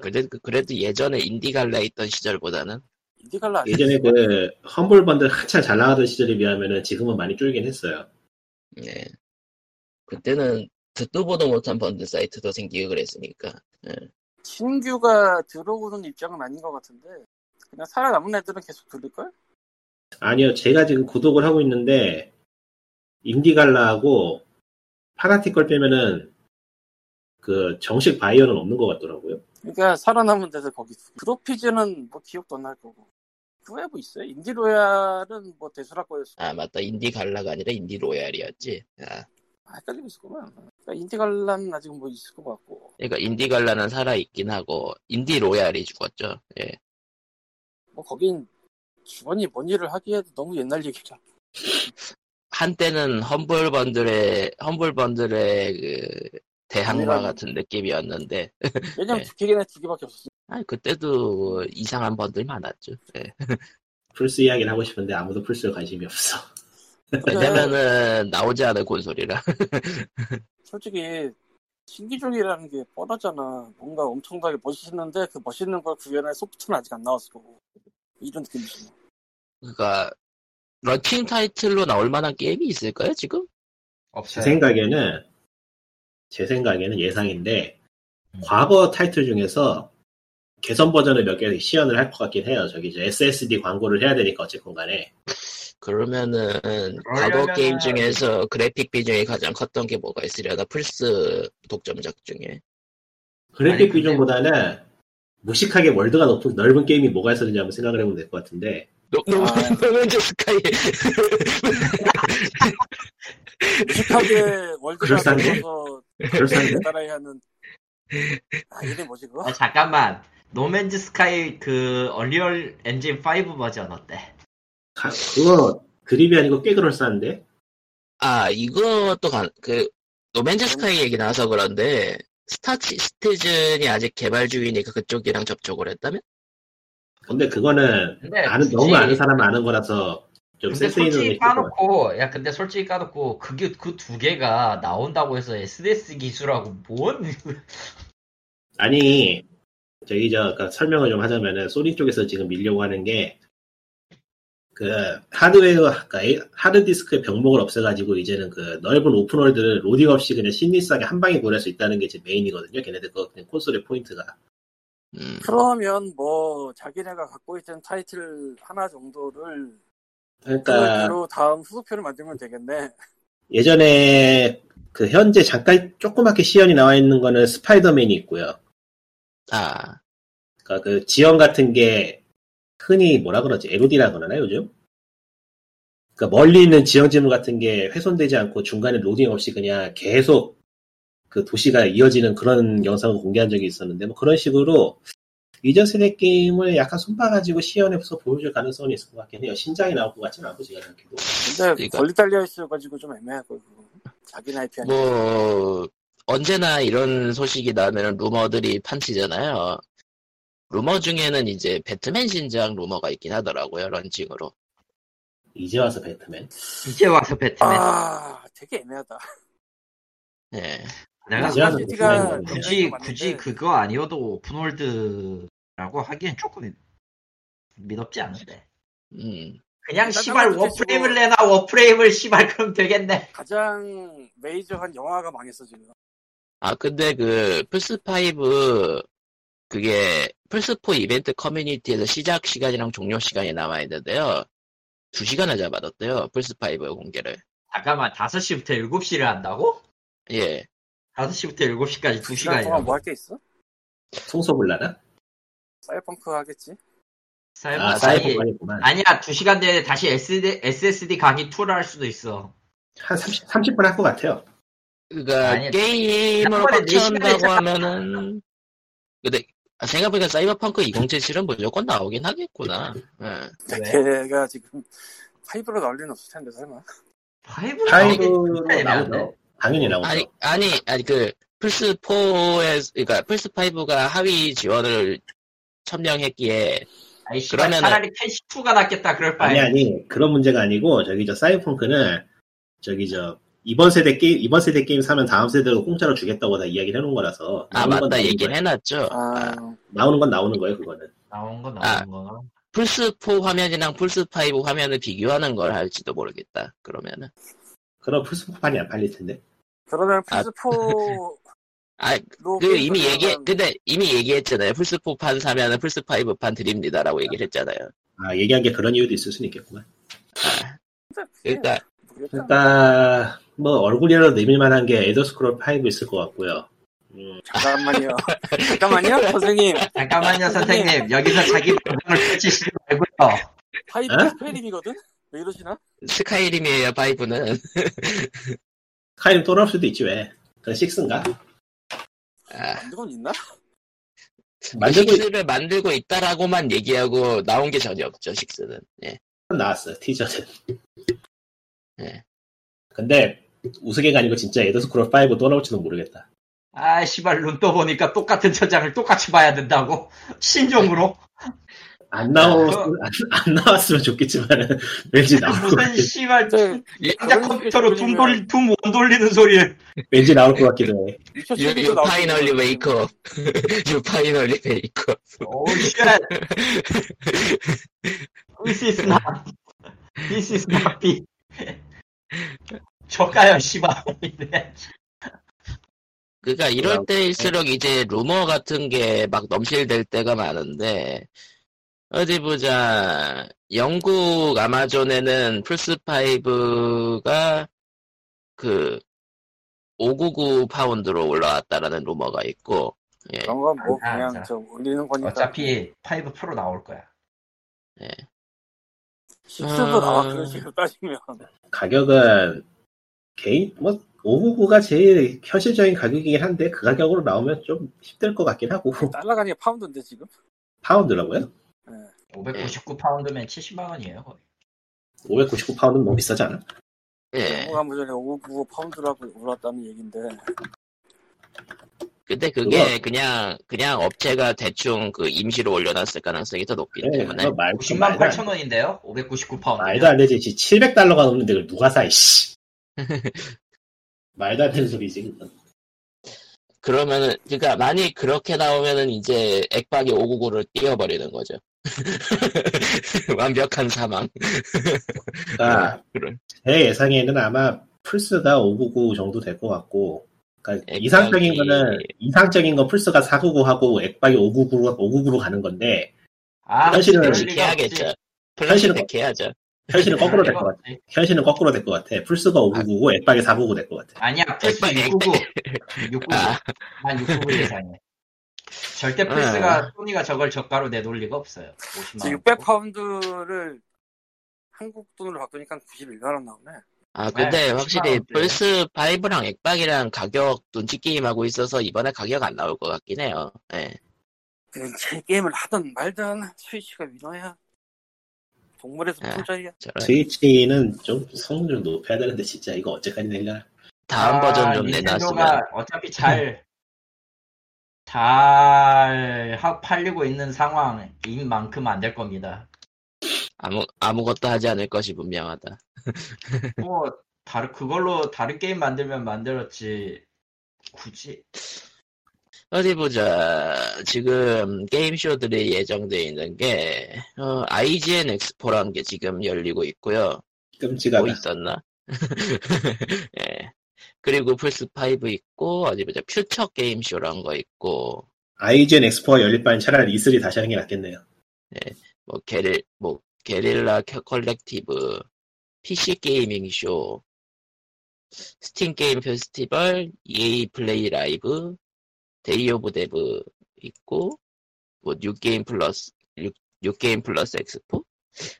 그래도 그래도 예전에 인디 갈라 있던 시절보다는
인디갈라 아니야?
예전에 그 험블 번들 한참 잘 나가던 시절에 비하면은 지금은 많이 줄긴 했어요.
예. 그때는 듣도 보도 못한 번들 사이트도 생기고 그랬으니까.
신규가 들어오는 입장은 아닌 것 같은데 그냥 살아남은 애들은 계속 돌릴걸?
아니요, 제가 지금 구독을 하고 있는데 인디갈라하고 파나티컬 빼면은 그 정식 바이어는 없는 것 같더라고요.
그러니까 살아남은 애들 거기 그로피즈는 뭐 기억도 안 날 거고 그 외부 있어요? 인디로얄은 뭐 대수락 거였어.
아 맞다 인디 갈라가 아니라 인디 로얄이었지. 아,
아, 헷갈리고 있었구만. 그러니까 인디갈라는 아직 뭐 있을 것 같고
그러니까 인디 갈라는 살아 있긴 하고 인디 로얄이 죽었죠. 예.
뭐 거긴 주번이 뭔 일을 하기에도 너무 옛날 얘기라.
한때는 험블 번들의 험블 번들의 그 대항마
아니라는-
같은 느낌이었는데
왜냐면
네.
두 개나 두 개밖에 없었어.
아 그때도 이상한 번들 많았죠. 예.
플스 이야기를 하고 싶은데 아무도 플스에 관심이 없어.
왜냐면은 나오지 않은 콘솔이라 [LAUGHS]
솔직히 신기종이라는 게 뻔하잖아. 뭔가 엄청나게 멋있는데 그 멋있는 걸 구현할 소프트는 아직 안 나왔을 거고 이런
[LAUGHS]
느낌이지.
그러니까 런칭 타이틀로 나올 만한 게임이 있을까요 지금?
제
없어요.
생각에는 제 생각에는 예상인데
음.
과거 타이틀 중에서 개선 버전을 몇 개 시연을 할 것 같긴 해요. 저기 이제 SSD 광고를 해야 되니까 어쨌건 간에
그러면은 과거
그러려면은-
게임 중에서 그래픽 비중이 가장 컸던 게 뭐가 있으려나 플스 독점작 중에
그래픽
아니, 근데-
비중보다는 무식하게 월드가 높은 넓은 게임이 뭐가 있었는지 한번 생각을 해보면 될 것 같은데
노- 노- [LAUGHS]
아.
노맨즈 스카이
무식하게 월드가
그럴싸하네.
나와서
그럴싸하네.
따라야
[LAUGHS]
하는 아 이게 뭐지 그거?
아, 잠깐만. 노맨즈 스카이 그 얼리얼 엔진 5 버전 어때?
가- 그거 그립이 아니고 꽤 그럴싸한데
아 이것도 가- 그 노맨즈 스카이 얘기 나와서 그런데 스타 시티즌이 아직 개발 중이니까 그쪽이랑 접촉을 했다면?
근데 그거는
근데
아는
네, 굳이-
너무 아는 사람 아는 거라서 좀
근데
센스 있는 게
솔직히
있을 것 같아요.
까놓고 야 근데 솔직히 까놓고 그게 그 두 개가 나온다고 해서 SDS 기술하고 뭔 [LAUGHS]
아니 저기 저 아까 설명을 좀 하자면은 소니 쪽에서 지금 밀려고 하는 게 그 하드웨어 그러니까 에- 하드디스크의 병목을 없애가지고 이제는 그 넓은 오픈월드를 로딩 없이 그냥 신리스하게 한 방에 보낼 수 있다는 게 지금 메인이거든요. 걔네들 그 그냥 콘솔의 포인트가
음.
그러면 뭐 자기네가 갖고 있던 타이틀 하나 정도를
그러니까
아, 그걸로 다음 후속편을 만들면 되겠네.
예전에 그 현재 잠깐 조그맣게 시연이 나와 있는 거는 스파이더맨이 있고요.
아
그러니까 그 지형 같은 게 흔히 뭐라 그러지? LOD라 그러나 요즘? 그러니까 멀리 있는 지형 지물 같은 게 훼손되지 않고 중간에 로딩 없이 그냥 계속 그 도시가 이어지는 그런 영상을 공개한 적이 있었는데 뭐 그런 식으로 이전 세대 게임을 약간 손봐가지고 시연해서 보여줄 가능성이 있을 것 같긴 해요. 신작이 나올 것 같지는 않고 제가 생각해도.
근데
그러니까.
멀리 달려 있어가지고 좀 애매할 거고 자기 나이 피하니
뭐 언제나 이런 소식이 나면 루머들이 판치잖아요. 루머 중에는 이제 배트맨 신작 루머가 있긴 하더라고요 런칭으로.
이제 와서 배트맨.
이제 와서 배트맨.
아 되게 애매하다.
예.
내가
이제 와서
시티가
배트맨.
굳이
맞는데.
굳이 그거 아니어도 오픈월드라고 하기엔 조금 미덥지 않은데.
음.
그냥
일단
시발
상관없지,
워프레임을
지금.
내놔 워프레임을 시발 그럼 되겠네.
가장 메이저한 영화가 망했어 지금.
아 근데 그 플스 5 그게 플스 4 이벤트 커뮤니티에서 시작 시간이랑 종료 시간이 남아 있는데요. 2 시간을 잡아뒀대요 플스 5 공개를.
잠깐만 5시부터 7시를 한다고?
예.
5시부터 7시까지 2시간이라고.
동안 뭐 할 게 있어?
송소불라나?
사이펑크 하겠지.
사이버
아,
사이-
사이버관이구만.
아니야 2시간 내에 다시 SD, SSD 강의 2를 할 수도 있어.
한 30, 아, 30분 할 것 같아요.
그러니까
아니,
게임으로
나머지
꽉
네 시간을
채운다고 하면은 근데 아, 생각해보니까 사이버펑크 2077은 무조건 나오긴 하겠구나. 예.
왜?
[LAUGHS] 걔가 지금 파이브로 나올 리는 없을 텐데 설마.
5로
파이브로 나오죠. 당연히 나오죠.
아니 아니 아니 그 플스 4에 그러니까 플스 5가 하위 지원을 첨령했기에
아이 씨발
그러면은-
차라리 캔시2가 낫겠다 그럴
네.
아니
바에.
아니 그런 문제가 아니고 저기 저 사이버펑크는 저기 저 이번 세대 게임 이번 세대 게임 사면 다음 세대로 공짜로 주겠다고 다 이야기를 해놓은 거라서
아
나오는 건
맞다
나오는
얘기를
거예요.
해놨죠.
아,
아,
나오는 건 나오는 거예요 그거는
나온 거
아.
나온 거.
플스 4 화면이랑 플스 5 화면을 비교하는 걸 할지도 모르겠다. 그러면은
그럼 플스판이 안 팔릴 텐데
그러면
아.
플스 4로
아 그 이미 얘기 근데 이미 얘기했잖아요. 플스 4판 사면은 플스 5판 드립니다라고 얘기를 했잖아요.
아 얘기한 게 그런 이유도 있을 수는 있겠구만
그러니까
예, 모르겠다.
그러니까 뭐 얼굴이라도 내밀만한 게 에더 스크롤 5 있을 것 같고요 음,
잠깐만요. 잠깐만요, 선생님.
잠깐만요 선생님 여기서 자기 방송을 펼치시지 말고요.
파이브
에?
스페림이거든. 왜 이러시나?
스카이림이에요. 5는
카이는 또 나올 수도 있지 왜 그럼 6인가?
만두건 있나?
네.
만들고 있-
아, 식스를 만들고 있다라고만 얘기하고 나온 게 전혀 없죠. 식스는 예.
나왔어요 티저는
네.
근데 우스개가 아니고 진짜 에더 스크롤 5또 나올지도 모르겠다
아, 씨발, 눈 떠보니까 똑같은 천장을 똑같이 봐야 된다고? 신종으로?
안 나오 안, 안 나왔으면 좋겠지만 [LAUGHS] 왠지 나올 것
무슨,
같긴
씨발,
근데
양자 컴퓨터로 둠 돌리, 둠원 돌리는 소리에.
왠지 나올 것 같기도 해.
You, you finally wake [LAUGHS] up. you finally wake up.
오, 씨발. This is not, this is not B. 저가요, 씨발.
그러니까 이럴 때일수록 이제 루머 같은 게 막 넘실될 때가 많은데 어디 보자 영국 아마존에는 플스 5가 그 599 파운드로 올라왔다라는 루머가 있고 예.
그런 건 뭐
아,
그냥
자.
저 올리는 거니까
어차피 5 프로 나올 거야.
식수도 나와
아.
그런 식으로
[LAUGHS]
따지면
가격은 개인 뭐 599가 제일 현실적인 가격이긴 한데 그 가격으로 나오면 좀 힘들 것 같긴 하고
달러가니까 파운드인데 지금
파운드라고요?
599 파운드면 70만 원이에요, 거의.
599 파운드는 너무 비싸지 않아?
예.
영국 아무 전에 599 파운드라고 올랐다는 얘긴데
네.
근데 그게 그냥 그냥 업체가 대충 그 임시로 올려놨을 가능성이 더 높기
네,
때문에
그거 말,
90만
말도 안-
8천 원인데요? 599
말도
파운드.
안 되지. 700달러가 넘는데 그걸 누가 사, 이씨. 말도 안 되는 소리지. 그건.
그러면은 그러니까 만약 그렇게 나오면은 이제 액박이 599를 띄워버리는 거죠. [LAUGHS] 완벽한 사망.
그러니까
그래.
제 예상에는 아마 플스가 599 정도 될 것 같고 그러니까
액박이-
이상적인 거는 이상적인 건 플스가 499하고 액박이 599로, 599로 가는 건데
아,
현실은
그럴
플래시
리가 없지.
해야겠죠. 플래시
현실은
백 해야죠.
현실은 거꾸로 될 것 같아.
없지.
현실은 거꾸로 될 것 같아. 플스가 599고 액박이 499 될 것 같아.
아니야, 플스
액박,
699.
아.
699. 난 699 예상해.
아.
절대 플스가, 소니가 저걸 저가로 내놓을 리가 없어요. 50만 원.
600 파운드를 한국 돈으로 바꾸니까 91만 원 나오네
아
네,
근데
10만
확실히
원대.
플스 5랑 액박이랑 가격 눈치 게임 하고 있어서 이번에 가격 안 나올 것 같긴 해요. 예.
그냥 제 게임을 하든 말든 스위치가 위너야 동물에서
네.
아.
풍자야
저런.
스위치는 좀 성능 좀 높여야 되는데 진짜 이거 언제까지 내려나?
다음
아,
버전 좀
닌텐도가
내놨으면.
어차피 잘, 잘 하- 팔리고 있는 상황인 만큼 안
[LAUGHS]
될 겁니다.
아무 아무것도 하지 않을 것이 분명하다.
뭐, 다른, 그걸로 다른 게임 만들면 만들었지. 굳이.
어디 보자. 지금 게임쇼들이 예정돼 있는 게 어, IGN 엑스포라는 게 지금 열리고 있고요.
끔찍하다.
뭐 있었나? [LAUGHS] 예. 그리고 플스 5 있고 어디 보자. 퓨처 게임 쇼라는 거 있고
IGN 엑스포가 열릴 바엔 차라리 E3 다시 하는 게 낫겠네요.
뭐 게릴 뭐 게릴라 켜- 컬렉티브 PC 게이밍 쇼 스팀 게임 페스티벌 EA 플레이 라이브 데이 오브 데브 있고 뭐 뉴게임 플러스 뉴- 뉴게임 플러스 엑스포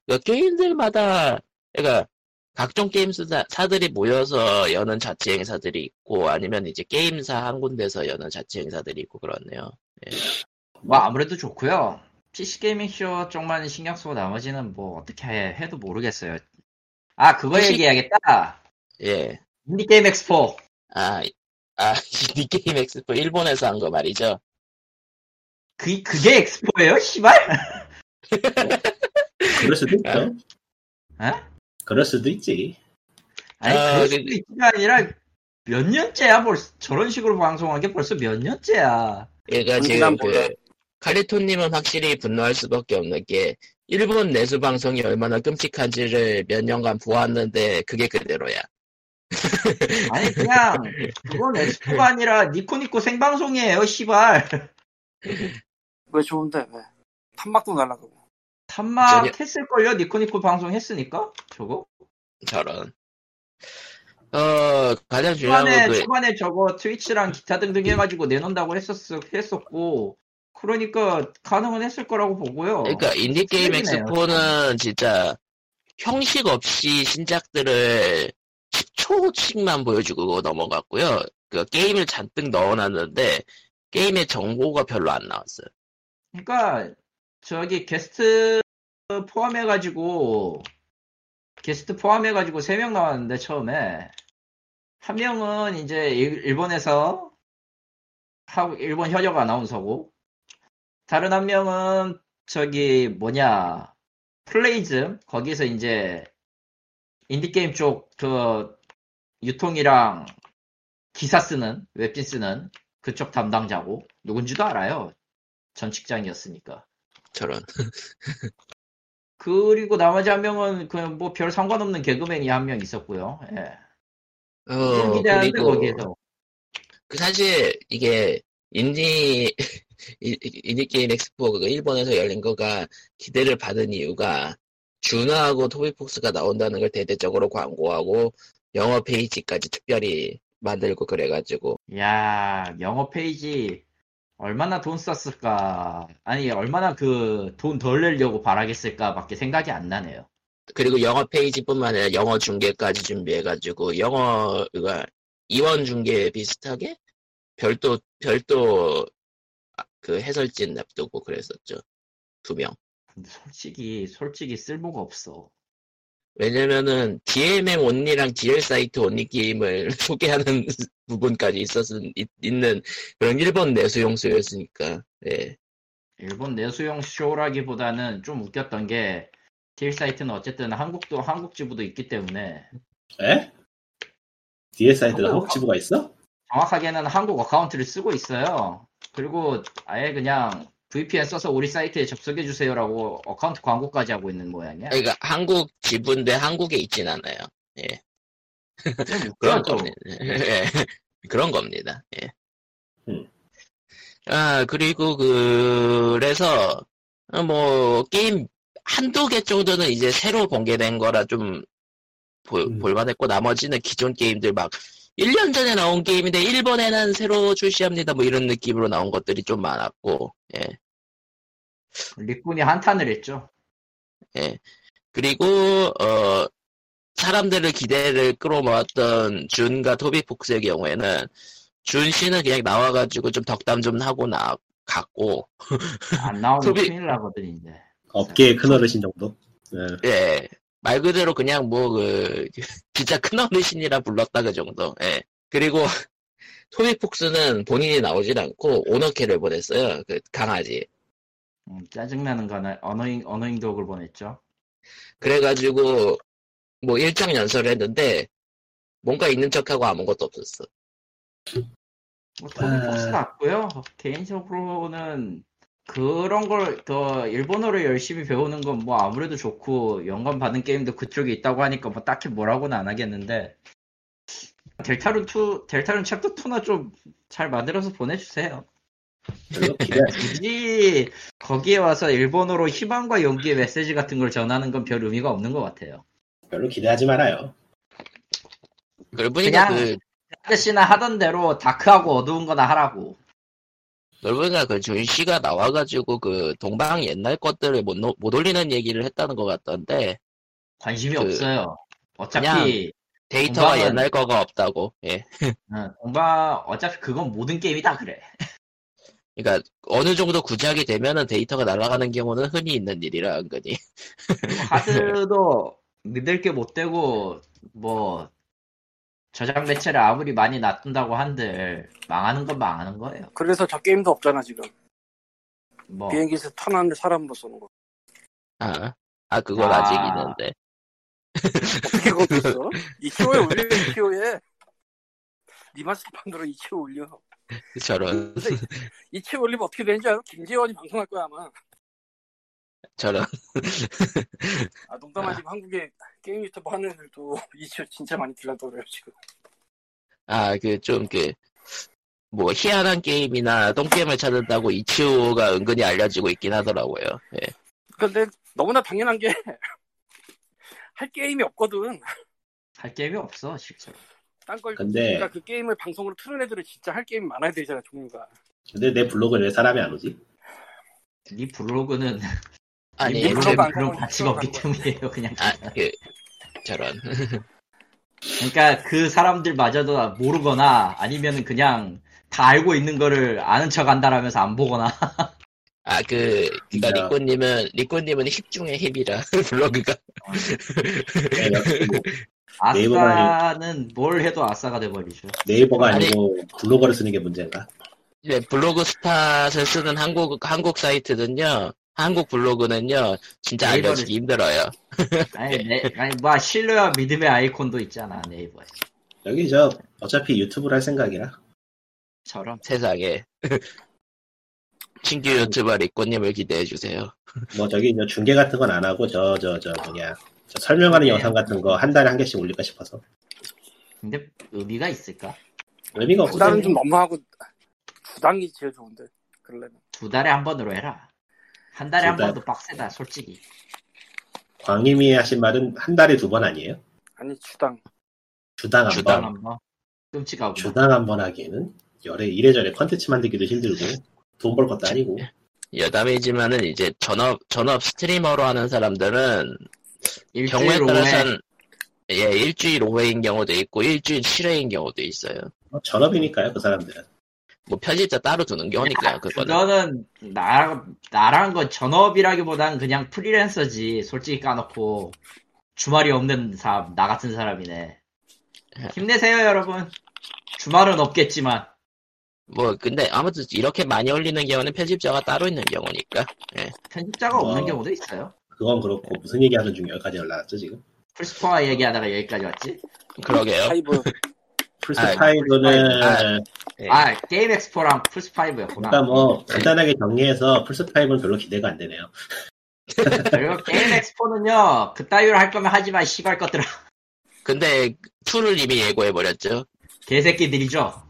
그러니까 게임들마다 그러니까 각종 게임사들이 모여서 여는 자체 행사들이 있고 아니면 이제 게임사 한 군데서 여는 자체 행사들이 있고 그렇네요.
뭐, 아무래도 좋고요 PC 게이밍쇼 쪽만 신경 쓰고 나머지는 뭐, 어떻게 해, 해도 모르겠어요. 아, 그거
PC
얘기해야겠다.
예.
인디게임 엑스포.
아, 아, [LAUGHS] 니게임 엑스포 일본에서 한 거 말이죠.
그, 그게 엑스포예요? 씨발?
그럴 수도 있죠.
에?
그럴 수도 있지.
아니,
아,
그럴
그-
수도 있지가 아니라, 몇 년째야, 벌써. 저런 식으로 방송한 게 벌써 몇 년째야.
그러니까 지금
분진함보다.
그 칼리토님은 확실히 분노할 수밖에 없는 게 일본 내수 방송이 얼마나 끔찍한지를 몇 년간 보았는데 그게 그대로야.
아니, 그냥, 그건 엑스포가 아니라, 니코니코 생방송이에요, 씨발.
왜 좋은데 왜 탄막도 날라가고
탄막
저기-
했을걸요? 니코니코 방송 했으니까? 저거?
저런. 어 가장 중요한
초반에,
건 그,
초반에 저거 트위치랑 기타 등등 해가지고 내놓는다고 했었, 했었고, 그러니까, 가능은 했을 거라고 보고요.
그러니까 인디 게임
틀리네요,
엑스포는 진짜 형식 없이 신작들을 10초씩만 보여주고 넘어갔고요. 그 게임을 잔뜩 넣어놨는데 게임의 정보가 별로 안 나왔어요.
그러니까 저기 게스트 포함해가지고 게스트 포함해가지고 3명 나왔는데 처음에 한 명은 이제 일- 일본에서 한국 일본 현역 아나운서고 다른 한 명은 저기 뭐냐 플레이즘 거기서 이제 인디게임 쪽 그 유통이랑 기사 쓰는 웹진 쓰는 그쪽 담당자고 누군지도 알아요 전 직장이었으니까
저런.
그리고 나머지 한 명은 그냥 뭐 별 상관없는 개그맨이 한 명 있었고요 예
어,
기대하는데
그리고
거기에서
그 사실 이게 인디 [LAUGHS] 이- 이- 인디 게임 엑스포 그 일본에서 열린 거가 기대를 받은 이유가 준하하고 토비폭스가 나온다는 걸 대대적으로 광고하고 영어 페이지까지 특별히 만들고 그래가지고
야, 영어 페이지 얼마나 돈 썼을까? 아니, 얼마나 그 돈 덜 내려고 바라겠을까밖에 생각이 안 나네요.
그리고 영어 페이지뿐만 아니라 영어 중계까지 준비해가지고 영어가 이원 중계 비슷하게 별도 별도 아, 그 해설진 납두고 그랬었죠 두 명.
근데 솔직히 솔직히 쓸모가 없어.
왜냐면은 DMM 온리랑 DL 사이트 온리 게임을 [LAUGHS] 소개하는 부분까지 있었은 있- 있는 그런 일본 내수용 수였으니까 예.
일본 내수용 쇼라기보다는 좀 웃겼던 게 딜 사이트는 어쨌든 한국도 한국 지부도 있기 때문에
에? DS 사이트가
어,
한국 지부가 있어?
정확하게는 한국 어카운트를 쓰고 있어요. 그리고 아예 그냥 VPN 써서 우리 사이트에 접속해 주세요라고 어카운트 광고까지 하고 있는 모양이야.
그러니까 한국 지분데 한국에 있진 않아요.
좀
그런
웃겨, 좀.
겁니다. 예. [LAUGHS] 그런 겁니다. 예.
음.
아 그리고 그- 그래서 어, 뭐 게임 한두 개 정도는 이제 새로 공개된 거라 좀 볼-
음.
볼만했고 나머지는 기존 게임들 막 1년 전에 나온 게임인데 일본에는 새로 출시합니다 뭐 이런 느낌으로 나온 것들이 좀 많았고 예.
리꾼이 한탄을 했죠.
그리고 어 사람들을 기대를 끌어모았던 준과 토비폭스의 경우에는 준 씨는 그냥 나와가지고 좀 덕담 좀 하고 나 갔고
안 나오면
소비-
큰일 나거든 이제.
업계의 큰 어르신 정도? 예.
예 말 그대로 그냥 뭐 그 [LAUGHS] 진짜 큰 어르신이라 불렀다 그 정도 예 그리고 [LAUGHS] 토비폭스는 본인이 나오질 않고 오너케를 보냈어요 그 강아지
음, 짜증나는 거는 언어잉 언어잉 독을 보냈죠.
그래가지고 뭐 일장 연설을 했는데 뭔가 있는 척하고 아무것도 없었어
뭐 토비폭스 났고요. 개인적으로는 그런 걸 더 일본어를 열심히 배우는 건 뭐 아무래도 좋고 연관 받은 게임도 그쪽에 있다고 하니까 뭐 딱히 뭐라고는 안 하겠는데 델타룬 2 델타룬 챕터 2나 좀 잘 만들어서 보내주세요.
별로 기대.
굳이 거기에 와서 일본어로 희망과 용기의 메시지 같은 걸 전하는 건 별 의미가 없는 것 같아요.
별로 기대하지 말아요.
그러니까
그냥-
그
아저씨나 하던 대로 다크하고 어두운 거나 하라고.
넓은가 그 준씨가 나와가지고 그 동방 옛날 것들을 못, 노- 못 올리는 얘기를 했다는 것 같던데
관심이
그,
없어요. 어차피
데이터가
동방은-
옛날 거가 없다고 예
어, 공방 어차피 그건 모든 게임이 다 그래.
그러니까 어느 정도 구제하게 되면은 데이터가 날아가는 경우는 흔히 있는 일이라 은근히
하드도 믿을 게 못 되고 뭐 저장 매체를 아무리 많이 놔둔다고 한들 망하는 건 망하는 거예요.
그래서 저 게임도 없잖아 지금
뭐
비행기에서 탄환을 사람으로 쏘는 거
아, 아 그건
아.
아... 직 있는데
어떻게 거기 [LAUGHS] 있어? 2kg에 올려 2kg에 리마스터판으로 2kg 올려
저런
2kg 올리면 어떻게 되는지 알아? 김재원이 방송할 거야 아마
저런
아 농담하지만 한국에 게임 유튜브 하는 애들도 [LAUGHS] 2kg 진짜 많이 들란다 그래요 지금
아 그 좀 그 뭐 희한한 게임이나 똥게임을 찾는다고 이치오가 은근히 알려지고 있긴 하더라고요 예
근데 너무나 당연한 게 [LAUGHS] 할 게임이 없거든
할 게임이 없어 실제로.
딴걸
근데,
그러니까 그 게임을 방송으로 틀은 애들은 진짜 할 게임이 많아야 되잖아 종류가
근데 내 블로그에 왜 사람이 안 오지?
네 블로그는
아니
네
애초에
블로그 안
그런
가고
가치가
그런
없기
거 안
때문이에요 그냥.
아그 저런
그러니까 그 사람들마저도 모르거나 아니면 그냥 다 알고 있는 거를 아는 척 한다라면서 안 보거나
아, 그, 그니까,
진짜.
리꼬님은, 리꼬님은 힙 중에 힙이라, [LAUGHS] 블로그가.
네, 역시 뭐 네이버가
아싸는 뭘 해도 아싸가 돼버리죠.
네이버가 아니고 블로거를 쓰는 게 문제인가?
네, 블로그 스팟을 쓰는 한국, 한국 사이트는요, 한국 블로그는요, 진짜
네이버를-
알려지기 힘들어요.
아니, 네, 아니, 뭐, 신뢰와 믿음의 아이콘도 있잖아, 네이버에.
여기 저 어차피 유튜브를 할 생각이라
저런.
세상에. 신규 유튜버 리꼬님을 기대해주세요.
뭐 저기 저 중계 같은 건 안 하고 저 저 저 뭐냐 저 설명하는 영상 같은 거 한 달에 한 개씩 올릴까 싶어서
근데 의미가 있을까?
의미가
두 달은 좀
없거든요.
너무하고 두 당이 제일 좋은데 그러려면
두 달에 한 번으로 해라. 한 달에
두
한
달.
번도 빡세다, 솔직히.
광님이 하신 말은 한 달에 두 번 아니에요?
아니 주당
어. 주당 한
주당
아, 두달
번.
한 번. 끔찍하고.
주당 한 번 하기에는 열에 이래저래 컨텐츠 만들기도 힘들고 돈 벌 것도 아니고
여담이지만은 이제 전업, 전업 스트리머로 하는 사람들은 경우에
일주일 오후에
따라서는 예, 일주일 5회인 경우도 있고, 일주일 7회인 경우도 있어요.
뭐 전업이니까요 그 사람들은.
뭐 편집자 따로 두는 거니까요, 그거는.
아, 그거는 나, 나란 건 전업이라기보단 그냥 프리랜서지 솔직히 까놓고 주말이 없는 사람 나 같은 사람이네 힘내세요 여러분 주말은 없겠지만
뭐, 근데 아무튼 이렇게 많이 올리는 경우는 편집자가 따로 있는 경우니까.
편집자가 없는
어.
경우도 있어요
그건
네.
그렇고 무슨 얘기하는 중 여기까지 올라왔죠 지금?
풀스포와 얘기하다가 여기까지 왔지
그러게요.
파이브
플스
아,
5는
아, 예.
아 게임 엑스포랑 풀스5였구나
그러니까 뭐
네.
간단하게 정리해서 플스 5는 별로 기대가 안 되네요.
그리고 게임 엑스포는요 그따위로 할 거면 하지만 시발 것들아 [LAUGHS]
근데 풀을 이미 예고해버렸죠.
개새끼들이죠.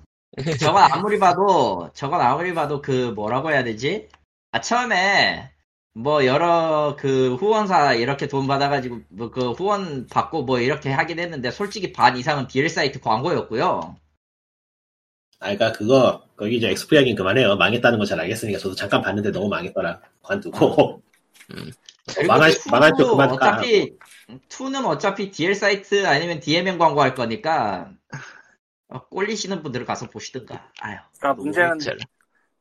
저건 아무리 봐도, 저건 아무리 봐도 그 뭐라고 해야 되지? 아, 처음에 뭐 여러 그 후원사 이렇게 돈 받아가지고 뭐 그 후원 받고 뭐 이렇게 하긴 했는데 솔직히 반 이상은 비엘 사이트 광고였고요.
아, 그니까 그거, 거기 이제 엑스포 이야기는 그만해요. 망했다는 거 잘 알겠으니까 저도 잠깐 봤는데 너무 망했더라. 관두고.
아,
그리고
망할-
어, 투도
망할 때 그만 까.
어차피 2는 어차피 DL 사이트 아니면 DMN 광고할 거니까 어, 꼴리시는 분들은 가서 보시든가. 아유.
그러니까 문제는
잘-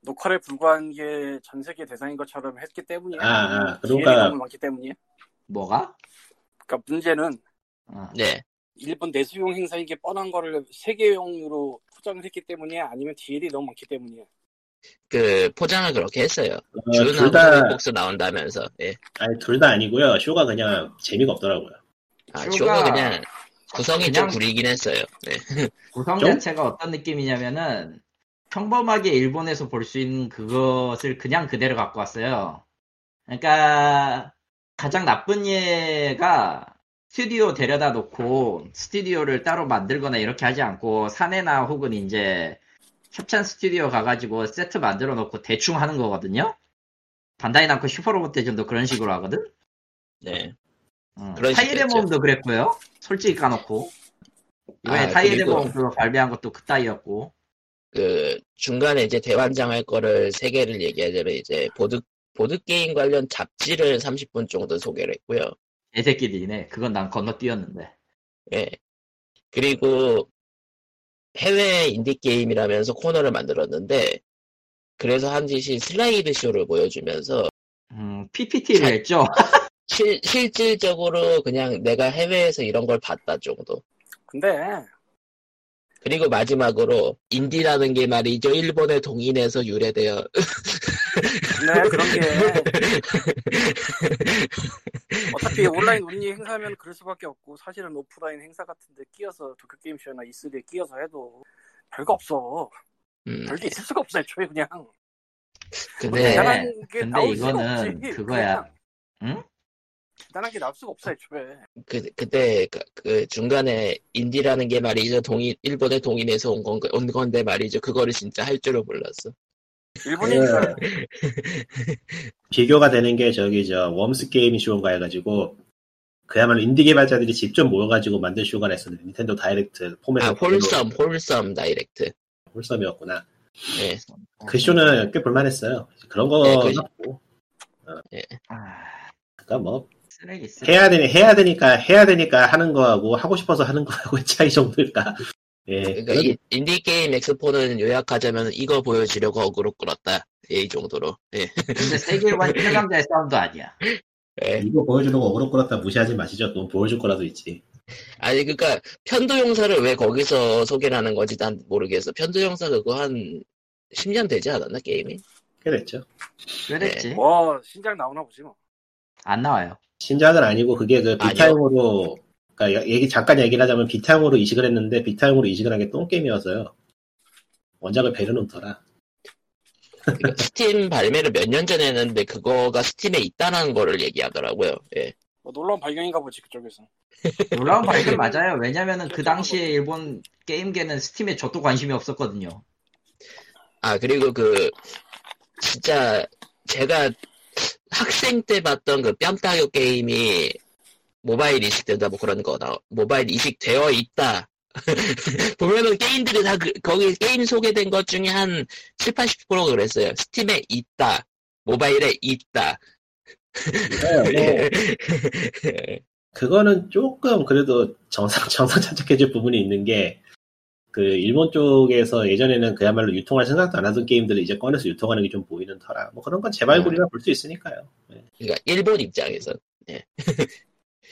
녹화를 불과한 게 전 세계 대상인 것처럼 했기 때문이야.
아, 아,
기회가
그러니까-
너무 많기 때문이야.
뭐가?
그러니까 문제는
어.
네.
일본 내수용 행사인 게 뻔한 거를 세계용으로 포장을 했기 때문이야. 아니면 DL이 너무 많기 때문이야.
그, 포장을 그렇게 했어요.
어,
준하고
둘 다,
복수 나온다면서. 예.
아니, 둘 다 아니고요. 쇼가 그냥 재미가 없더라고요.
아,
쇼가-
쇼가 그냥 구성이 좀
그냥-
구리긴 했어요. 네.
구성
좀?
자체가 어떤 느낌이냐면은 평범하게 일본에서 볼 수 있는 그것을 그냥 그대로 갖고 왔어요. 그러니까 가장 나쁜 예가 스튜디오 데려다 놓고 스튜디오를 따로 만들거나 이렇게 하지 않고 사내나 혹은 이제 협찬 스튜디오 가가지고 세트 만들어 놓고 대충 하는 거거든요. 반다이 남코 슈퍼로봇 대전도 그런 식으로 하거든.
네.
어,
그런
타이의
식이었죠.
모험도 그랬고요. 솔직히 까놓고 이번에
아,
타이의
그리고-
모험 그거 발매한 것도 그따위였고.
그, 중간에 이제 대환장 할 거를 세 개를 얘기하자면 이제 보드, 보드게임 관련 잡지를 30분 정도 소개를 했고요.
애새끼들이네. 그건 난 건너뛰었는데.
예. 그리고 해외 인디게임이라면서 코너를 만들었는데, 그래서 한 짓이 슬라이드 쇼를 보여주면서,
음, PPT를
잘-
했죠.
실, 실질적으로 그냥 내가 해외에서 이런 걸 봤다 정도.
근데
그리고 마지막으로, 인디라는 게 말이죠. 일본의 동인에서 유래되어,
[LAUGHS]
근데 그런 게 어차피 온라인 운이 행사면 그럴 수밖에 없고 사실은 오프라인 행사 같은데 끼어서 도쿄 게임쇼나 E3에 끼어서 해도 별거 없어.
음,
별게 있을 수가 없어 애초에 그냥.
근데,
네.
대단한 게
근데
나올 수가
이거는
없지.
그거야.
그냥.
응?
대단한 게 나올 수가 없어 애초에.
그, 그때, 그, 그 중간에 인디라는 게 말이죠. 동인, 일본의 동인에서 온 건, 온 건데 말이죠. 그거를 진짜 할 줄을 몰랐어.
예.
일본인들
비교가 되는 게 저기 저 웜스 게임 쇼인가 해가지고, 그야말로 인디 개발자들이 직접 모여가지고 만든 쇼가 했었는데, 닌텐도 다이렉트
아,
폼에서.
홀썸, 홀썸 다이렉트.
홀섬이었구나.
예.
어.
그 쇼는 꽤 볼만했어요. 그런 거,
네, 그-
같고.
아,
그니까 뭐,
쓰레기 쓰레기.
해야 되니 해야 되니까 해야 되니까 하는 거하고 하고 싶어서 하는 거하고의 [LAUGHS] 차이 정도일까? 예.
그러니까
그건-
이 인디게임 엑스포는 요약하자면 이거 보여주려고 어그로 끌었다. 예, 이 정도로. 예.
근데 세계관 최강자의 싸움도 아니야.
예.
이거 보여주는 거 어그로 끌었다 무시하지 마시죠. 또 보여줄 거라도 있지.
아니, 그러니까 편도용사를 왜 거기서 소개를 하는 건지 난 모르겠어. 편도용사 그거 한 10년 되지 않았나 게임이?
꽤 됐죠.
왜 됐지?
뭐 신작 나오나 보지 뭐.
안 나와요.
신작은 아니고 그게 그 비타용으로 그러니까 얘기 잠깐 얘기를 하자면 비타용으로 이식을 했는데 비타용으로 이식을 한 게 똥게임이어서요. 원작을 베르놓더라.
그러니까 스팀 발매를 몇 년 전에 했는데 그거가 스팀에 있다는 거를 얘기하더라고요. 예.
뭐 놀라운 발견인가 보지 그쪽에서.
놀라운 발견 맞아요. 왜냐면은 그 당시에 일본 게임계는 스팀에 저도 관심이 없었거든요.
아 그리고 그 진짜 제가 학생 때 봤던 그 뺨따요 게임이 모바일 이식된다 뭐 그런 거나 모바일 이식되어 있다 [LAUGHS] 보면은 게임들이 다 그- 거기 게임 소개된 것 중에 한 7, 80%가 그랬어요 스팀에 있다 모바일에 있다
네, 그거는 조금 그래도 정상 정상 착착해질 부분이 있는 게 그 일본 쪽에서 예전에는 그야말로 유통할 생각도 안 하던 게임들을 이제 꺼내서 유통하는 게 좀 보이는 터라 뭐 그런 건 재발굴이라 볼 수 있으니까요. 네.
그러니까 일본 입장에서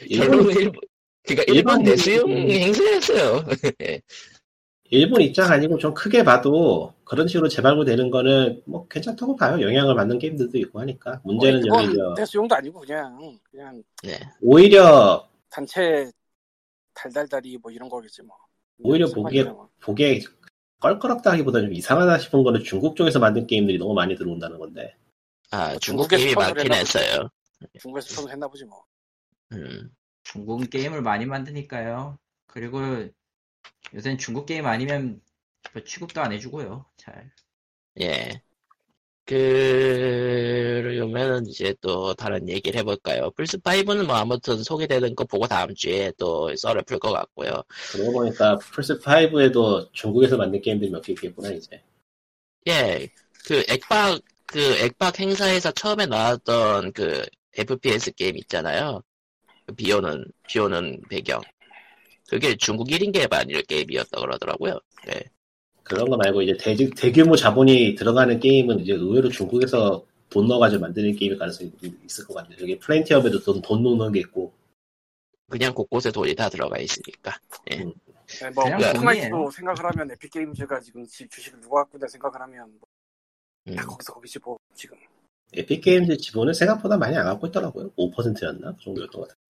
일본
결국은 일본 그러니까 일본
일본이-
내수용 행사였어요
일본 입장 아니고 좀 크게 봐도 그런 식으로 재발굴되는 거는 뭐 괜찮다고 봐요. 영향을 받는 게임들도 있고 하니까 문제는
뭐,
여기 저
그건 대수용도 아니고 그냥 그냥
오히려
단체 달달달이 뭐 이런 거겠지 뭐.
오히려
스파이나
보기에-
뭐.
보기에 껄끄럽다기보다 좀 이상하다 싶은 거는 중국 쪽에서 만든 게임들이 너무 많이 들어온다는 건데
아 중국
중국에서
게임이
스폰서를
많긴
했나?
했어요
중국에서 처음 했나 보지 뭐.
음.
중국은 게임을 많이 만드니까요. 그리고 요새는 중국 게임 아니면 뭐 취급도 안 해주고요. 잘.
예. 그러면은 이제 또 다른 얘기를 해볼까요? 플스5는 뭐 아무튼 소개되는 거 보고 다음 주에 또 썰을 풀 것 같고요.
그러고 보니까 플스 5에도 중국에서 만든 게임들이 몇 개 있겠구나 이제
예. 그 액박, 그 액박 행사에서 처음에 나왔던 그 FPS 게임 있잖아요. 그 비오는, 비오는 배경. 그게 중국 1인 개발 게임이었다 그러더라고요. 예.
그런 거 말고 이제 대, 대규모 자본이 들어가는 게임은 이제 의외로 중국에서 돈 넣어가지고 만드는 게임일 가능성이 있을 것 같아요. 여기 플랜티업에도 돈, 돈 넣는 게 있고
그냥 곳곳에 돈이 다 들어가 있으니까.
네, 뭐
그냥 돈이에요.
포트나이트도 생각을 하면 에픽 게임즈가 지금 지- 주식을 누가 갖고 있다 생각을 하면 뭐,
음.
다 거기서 거기지 뭐 지금.
에픽게임즈 지분은 생각보다 많이 안 갖고 있더라고요. 5%였나? 그 정도였던 것 같아요.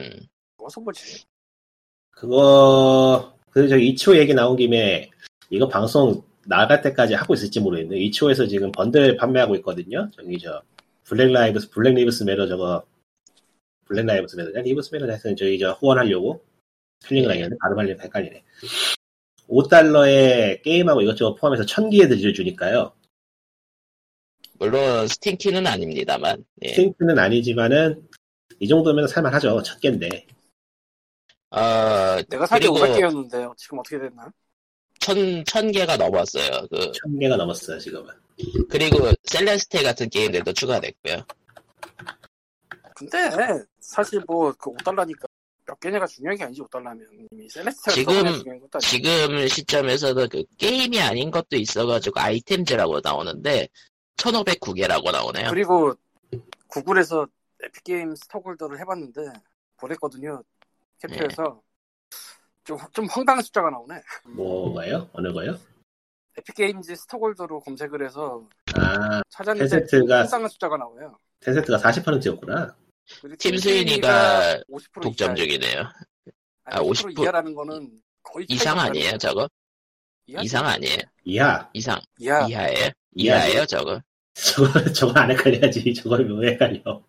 음.
어서 보지.
그거 그저 이치오 얘기 나온 김에 이거 방송 나갈 때까지 하고 있을지 모르겠네. 이치오에서 지금 번들 판매하고 있거든요. 저기 저 블랙 라이브스 블랙 리브스 메러 저거 블랙 라이브스 메러 아니 리브스 메러 하여튼 저기 저 후원하려고 틀린 거 아니었네. 발음 하려면 헷갈리네. 5달러에 게임하고 이것저것 포함해서 1000개의 드릴 주니까요.
물론 스팀키는 아닙니다만. 예.
스팅크는 아니지만은 이 정도면 살만하죠. 1000개인데.
어,
내가 살때
그리고-
500개였는데 지금 어떻게 됐나?
천, 천 개가 넘었어요. 그,
1000개가 넘었어요, 지금은.
그리고 셀레스테 같은 게임들도 추가됐고요.
근데 사실 뭐 그 5달러니까 몇 개냐가 중요한 게 아니지 5달러면 이미 셀레스테가
지금-
저번에 중요한 것도 아니고
지금 시점에서는 그 게임이 아닌 것도 있어가지고 아이템즈라고 나오는데 1509개라고 나오네요.
그리고 구글에서 에픽게임 스톡홀더를 해봤는데 보냈거든요 캡처해서 좀, 좀 황당한 숫자가 나오네
뭐가요? 어느 거요?
에픽게임즈 스톡홀더로 검색을 해서
아,
찾았는데
텐센트가
황당한 숫자가 나와요
텐센트가 40%였구나.
그리고
팀 스위니가
50%
독점
이하,
중이네요.
아,
아,
50%
50%
이하라는 거는 거의
이상
차이가
아니에요,
나요.
저거?
이하?
이상 아니에요?
이하.
이상,
이하
이하예요?
이하.
이하예요, 저거?
저거, 저거 안 헷갈려야지. [LAUGHS] 저걸 왜 헷갈려.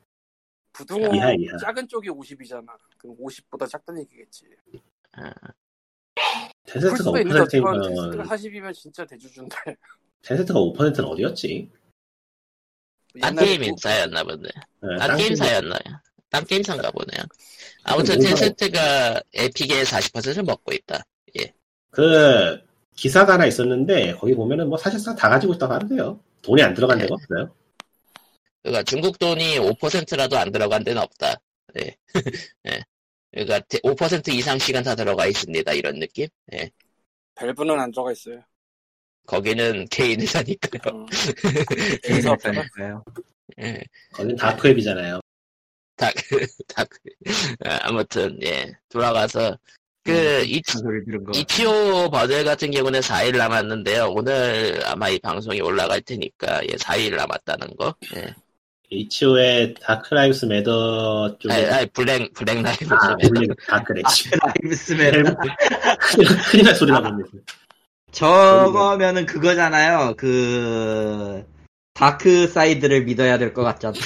부등호
이하, 이하.
작은 쪽이 50이잖아 그럼 50보다 작다는 얘기겠지
텐센트가
풀스도 있는데 어떻게 보면 텐센트가 40이면
5%이면,
진짜 대주주인데
텐센트가 5%는 어디였지?
딴
옛날에 뭐
게임
구-
인사였나 보네.
네,
아, 딴
딴 게임.
게임사였나요? 딴 게임사인가 보네요. 아무튼
뭔가-
텐센트가 에픽의 40%를 먹고 있다.
그, 기사가 하나 있었는데, 거기 보면은 뭐 사실상 다 가지고 있다고 하는데요. 돈이 안 들어간 데가 없어요.
그러니까 중국 돈이 5%라도 안 들어간 데는 없다. [LAUGHS] 예. 예. 그러니까 대- 5% 이상씩은 다 들어가 있습니다. 이런 느낌? 예.
밸브는 안 들어가 있어요
거기는 [LAUGHS] 개인 회사니까요.
음.
그래서 없어요.
예.
거긴 다크웹이잖아요.
[LAUGHS] 다, 그- 다, 그- 아, 아무튼, 예. 돌아가서 그, 이,
음, 무슨 소리 들은 거.
이티오 버들 같은 경우는 4일 남았는데요. 오늘 아마 이 방송이 올라갈 테니까, 예, 4일 남았다는 거. 예.
HO의 다크라이브스 매더 쪽에
아니, 아니, 블랙, 블랙 라이브
아,
좀
블랙 다크래.
[LAUGHS] 라이브스맨.
[LAUGHS] 큰일 날 소리 나고 있네.
저거면은 그거잖아요. 그 다크 사이드를 믿어야 될 것 같지 않나?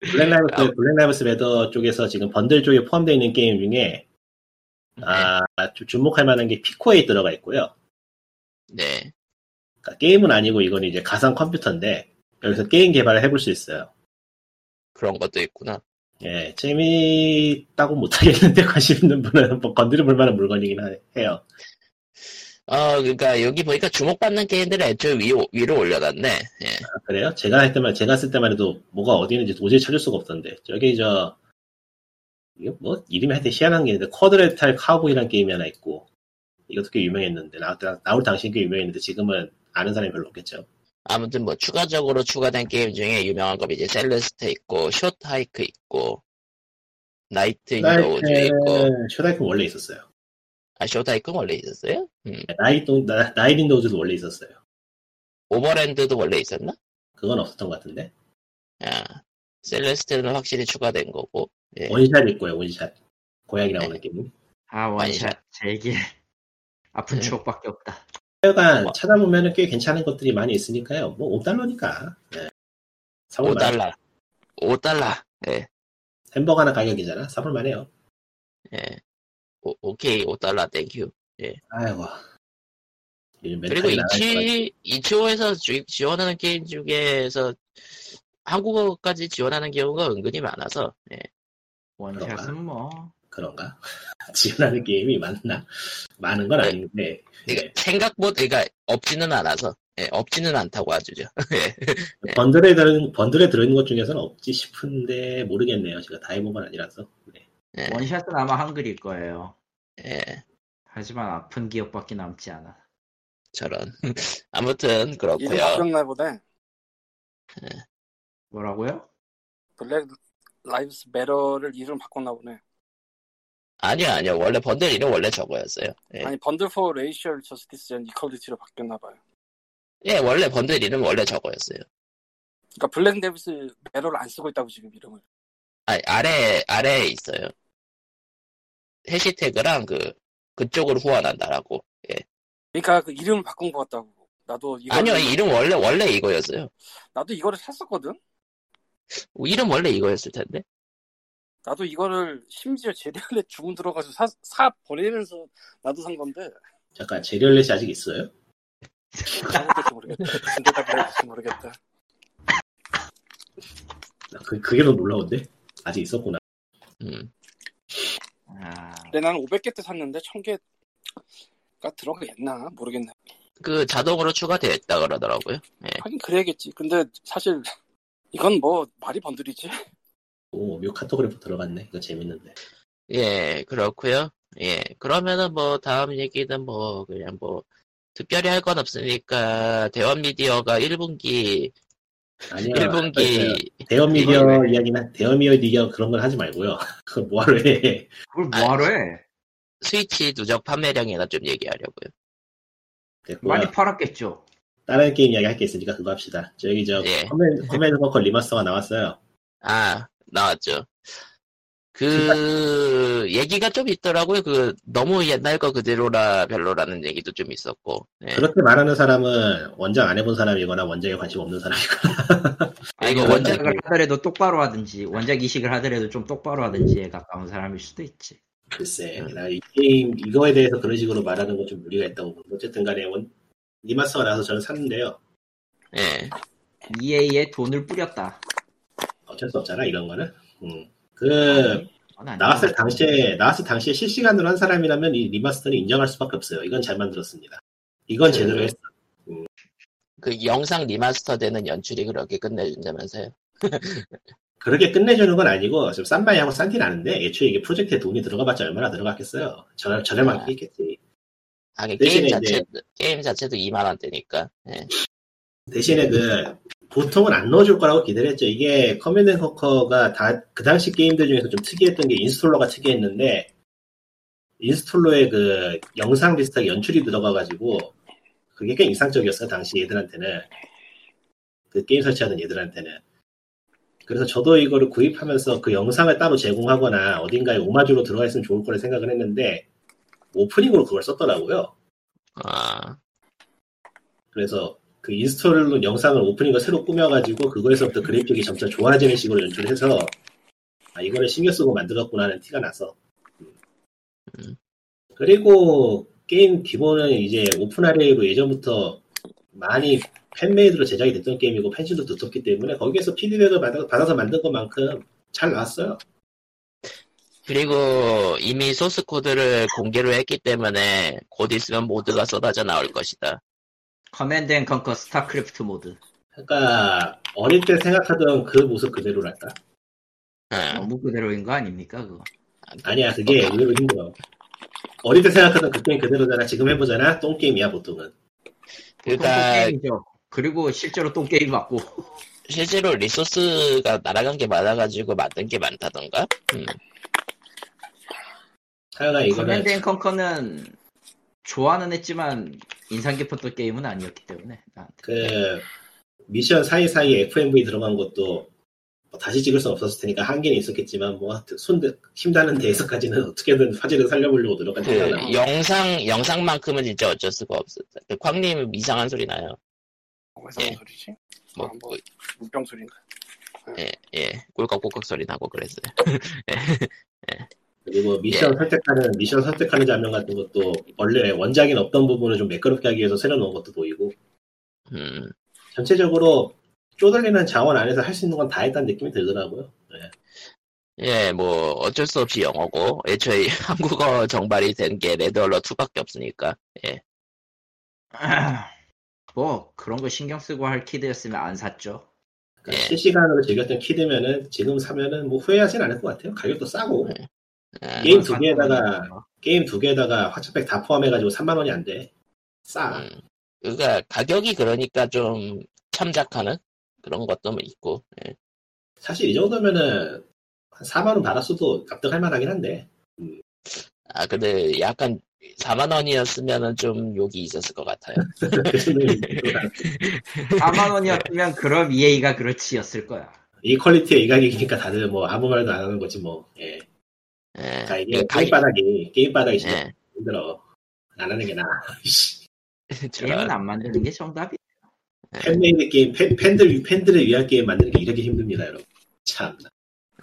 블랙 라이브스 블랙 라이브스 매더 쪽에서 지금 번들 쪽에 포함되어 있는 게임 중에 아, 좀 주목할 만한 게 피코에 들어가 있고요.
네.
그러니까 게임은 아니고 이건 이제 가상 컴퓨터인데 여기서 게임 개발을 해볼 수 있어요.
그런 것도 있구나.
예, 재미있다고 못하겠는데 [LAUGHS] 관심 있는 분은 한번 건드려볼 만한 물건이긴 하- 해요.
어, 그러니까 여기 보니까 주목받는 게임들을 애초에 위로, 위로 올려놨네. 예.
아, 그래요? 제가 할 때만 제가 쓸 때만 해도 뭐가 어디 있는지 도저히 찾을 수가 없던데 저기 저 이거 뭐 이름이 하여튼 희한한 게 있는데 쿼드레탈 카우보이라는 게임이 하나 있고 이것도 꽤 유명했는데 나올, 때- 나올 당시 꽤 유명했는데 지금은 아는 사람이 별로 없겠죠.
아무튼 뭐 추가적으로 추가된 게임 중에 유명한 거 이제 셀레스테 있고 쇼트하이크 있고 나이트 네, 인더 우즈 있고
쇼다이크는 쇼다이크는 원래 있었어요.
아 쇼트하이크 원래 있었어요? 음.
나이도 나- 나이트 인더 우즈도 원래 있었어요.
오버랜드도 원래 있었나?
그건 없었던 것 같은데
아 셀레스테는 확실히 추가된 거고 네.
원샷 있고요 원샷 고양이 나오는 게임.
아 원샷 제게 아픈
네.
추억밖에 없다.
하여간
와.
찾아보면은 꽤 괜찮은 것들이 많이 있으니까요. 뭐 5달러니까. 네.
아,
3월 만
5달러 5달러 예.
햄버거 하나 가격이잖아. 3월 만해요.
예. 오, 오케이 5달러 땡큐
아이고. 요즘 멘탈이
그리고
나갈 것 같아.
이치 이치오에서 지, 지원하는 게임 중에서 한국어까지 지원하는 경우가 은근히 많아서 예.
원샷은 뭐
그런가? [LAUGHS] 지원하는 게임이 많나? 많은 건
네.
아닌데.
그러니까
예.
생각보다 그러니까 없지는 않아서 예, 없지는 않다고 하죠. [LAUGHS] 예. 네.
번들에 들은 번들에 들어있는 것 중에서는 없지 싶은데 모르겠네요. 제가 다 해본 건 아니라서. 네.
예,
원샷은 아마 한글일 거예요.
예,
하지만 아픈 기억밖에 남지 않아.
저런 [LAUGHS] 아무튼
이름
그렇고요.
바뀌었나 보네.
뭐라고요?
블랙 라이브스 메러를 이름 바꿨나 보네.
아니요 아니요 원래 번들 이름 원래 저거였어요. 예,
아니 번들 포 레이셜 저스티스 앤 이퀄리티로 바뀌었나 봐요.
예, 원래 번들 이름 원래 저거였어요.
그러니까 블랙 데비스 메러를 안 쓰고 있다고 지금 이름을.
아 아래 아래에 있어요. 해시태그랑 그 그쪽으로 후원한다라고. 예.
그러니까 그 이름을 바꾼 것 같다고. 나도 이거
아니요 이름 원래 원래 이거였어요.
나도 이거를 샀었거든.
이름 원래 이거였을 텐데.
나도 이거를 심지어 제대로 주문 들어가서 사, 사 버리면서 나도 산 건데
잠깐 제리얼렛이 아직 있어요?
잘못될지 모르겠다. 근데 다 그랬을지 모르겠다.
나 그, 그게 더 놀라운데? 아직 있었구나.
음.
아,
근데 나는 500개 때 샀는데 1000개가 들어가겠나 모르겠네.
그 자동으로 추가되어 있다 그러더라고요. 예.
하긴 그래야겠지. 근데 사실 이건 뭐 말이 번들이지.
오, 묘 카토그래프 들어갔네. 이거 재밌는데.
예, 그렇고요. 예, 그러면은 뭐 다음 얘기는 뭐 그냥 뭐 특별히 할 건 없으니까 대원 미디어가 1분기
아니요. 아까 저
1분기
대여 미디어
이걸
이야기나 대여 미디어 그런 건 하지 말고요. [LAUGHS] 그거 뭐하러 해.
그걸 뭐하러 해?
스위치 누적 판매량이나 좀 얘기하려고요.
됐고요.
많이 팔았겠죠.
뭐 다른 게임 이야기 할 게 있으니까 그거 합시다. 저기 저
예.
커맨드 커맨드 버커 리마스터가 나왔어요.
아, 나왔죠. 그 얘기가 좀 있더라고요. 그 너무 옛날 거 그대로라 별로라는 얘기도 좀 있었고. 예.
그렇게 말하는 사람은 원작 안 해본 사람이거나 [LAUGHS] 원작에 관심 없는 사람이거나
아, 이거
아니,
원작-
원작을 하더라도 똑바로 하든지 원작 이식을 하더라도 좀 똑바로 하든지에 가까운 사람일 수도 있지.
글쎄
음.
나 이 게임 이거에 대해서 그런 식으로 말하는 건 좀 무리가 있다고 보고 어쨌든 간에 원 리마스터가 나서 저는 샀는데요
예.
네. EA에 돈을 뿌렸다.
어쩔 수 없잖아 이런 거는 음. 그
그건 아닌
나왔을
것 같아.
당시에 나왔을 당시에 실시간으로 한 사람이라면 이 리마스터는 인정할 수밖에 없어요 이건 잘 만들었습니다 이건
그-
제대로 했어
그 영상 리마스터 되는 연출이 그렇게 끝내준다면서요.
그렇게 끝내주는 건 아니고 지금 싼바이하고 싼티 나는데 애초에 이게 프로젝트에 돈이 들어가봤자 얼마나 들어갔겠어요 저렴 저렴하게 했겠지
아, 그
대신에
게임
이제-
자체 게임 자체도 2만 원대니까. 예.
대신에 그 보통은 안 넣어줄 거라고 기대를 했죠. 이게 커맨드 앤 커커가 다 그 당시 게임들 중에서 좀 특이했던 게 인스톨러가 특이했는데 인스톨러에 그 영상 비슷하게 연출이 들어가가지고 그게 꽤 인상적이었어요 당시 얘들한테는 그 게임 설치하는 얘들한테는 그래서 저도 이거를 구입하면서 그 영상을 따로 제공하거나 어딘가에 오마주로 들어가 있으면 좋을 거라 생각을 했는데 오프닝으로 그걸 썼더라고요
아,
그래서 그 인스톨로 영상을 오프닝을 새로 꾸며가지고 그거에서부터 그래픽이 점차 좋아지는 식으로 연출해서 아 이거를 신경 쓰고 만들었구나 하는 티가 나서
음.
그리고 게임 기본은 이제 오픈 RA로 예전부터 많이 팬메이드로 제작이 됐던 게임이고 팬심도 두텁기 때문에 거기에서 피드백을 받아- 받아서 만든 것만큼 잘 나왔어요.
그리고 이미 소스 코드를 공개를 했기 때문에 곧 있으면 모드가 쏟아져 나올 것이다.
커맨드 앤 컨커 스타크래프트 모드
그러니까 어릴 때 생각하던 그 모습 그대로랄까.
응.
너무 그대로인 거 아닙니까 그거
아니야 그게 의외로 힘들어. 어릴 때 생각하던 그 게임 그대로잖아. 지금 해보잖아. 똥 게임이야 보통은.
보통
그러니까
게임이죠 그리고 실제로 똥 게임 맞고
실제로 리소스가 날아간 게 많아가지고 만든 게 많다던가? 음.
하여간 아, 이거는
커맨드 앤 컨커는 좋아는 했지만 인상 깊었던 게임은 아니었기 때문에 나한테
그 미션 사이사이 FMV 들어간 것도 뭐 다시 찍을 수 없었을 테니까 한계는 있었겠지만 뭐손 힘다는 데에서까지는 [LAUGHS] 어떻게든 화제를 살려보려고 노력한
그
데가 나와.
영상 영상만큼은 진짜 어쩔 수가 없었다. 그 광님 이상한 소리 나요.
뭐가
예.
소리지?
뭐,
아, 뭐. 물병 소리인가?
예, 예, 꿀꺽꿀꺽 소리 나고 그랬어요.
그리고 미션 선택하는 미션 선택하는 장면 같은 것도 원래 원작엔 없던 부분을 좀 매끄럽게 하기 위해서 새로 넣은 것도 보이고
음,
전체적으로 쪼들리는 자원 안에서 할 수 있는 건 다 했다는 느낌이 들더라고요. 네.
예, 뭐 어쩔 수 없이 영어고 애초에 [LAUGHS] 한국어 정발이 된 게 레드얼러 2밖에 없으니까.
[CLEARS THROAT] 뭐 그런 거 신경 쓰고 할 키드였으면 안 샀죠
그러니까
예.
실시간으로 즐겼던 키드면은 지금 사면은 뭐 후회하진 않을 것 같아요. 가격도 싸고
아,
그걸
게임 두
산
개에다가
거는 뭐.
게임 두 개에다가 화차팩 다 포함해가지고 3만 원이 안 돼. 싸.
음, 그러니까 가격이 그러니까 좀 참작하는 그런 것도 있고. 예.
사실 이 정도면은 한 4만 원 받았어도 납득할 만하긴 한데. [LAUGHS]
아, 근데 약간 4만 원이었으면은 좀 욕이 있었을 것 같아요.
그래서 이-
4만 원이었으면 그럼 EA가 그렇지였을 거야
이 퀄리티의 이 가격이니까 다들 뭐 아무 말도 안 하는 거지 뭐. 예.
예,
그러니까
그
이게 게임
가격-
바닥이 게임 바닥이 진짜
예,
힘들어. 안 하는 게 나아. 이씨.
게임은
[LAUGHS] 저런.
안 만드는 게 정답이
네.
팬메이드 게임 팬, 팬들 위- 팬들을 위한 게임 만드는 게 이렇게 힘듭니다, 여러분. 참.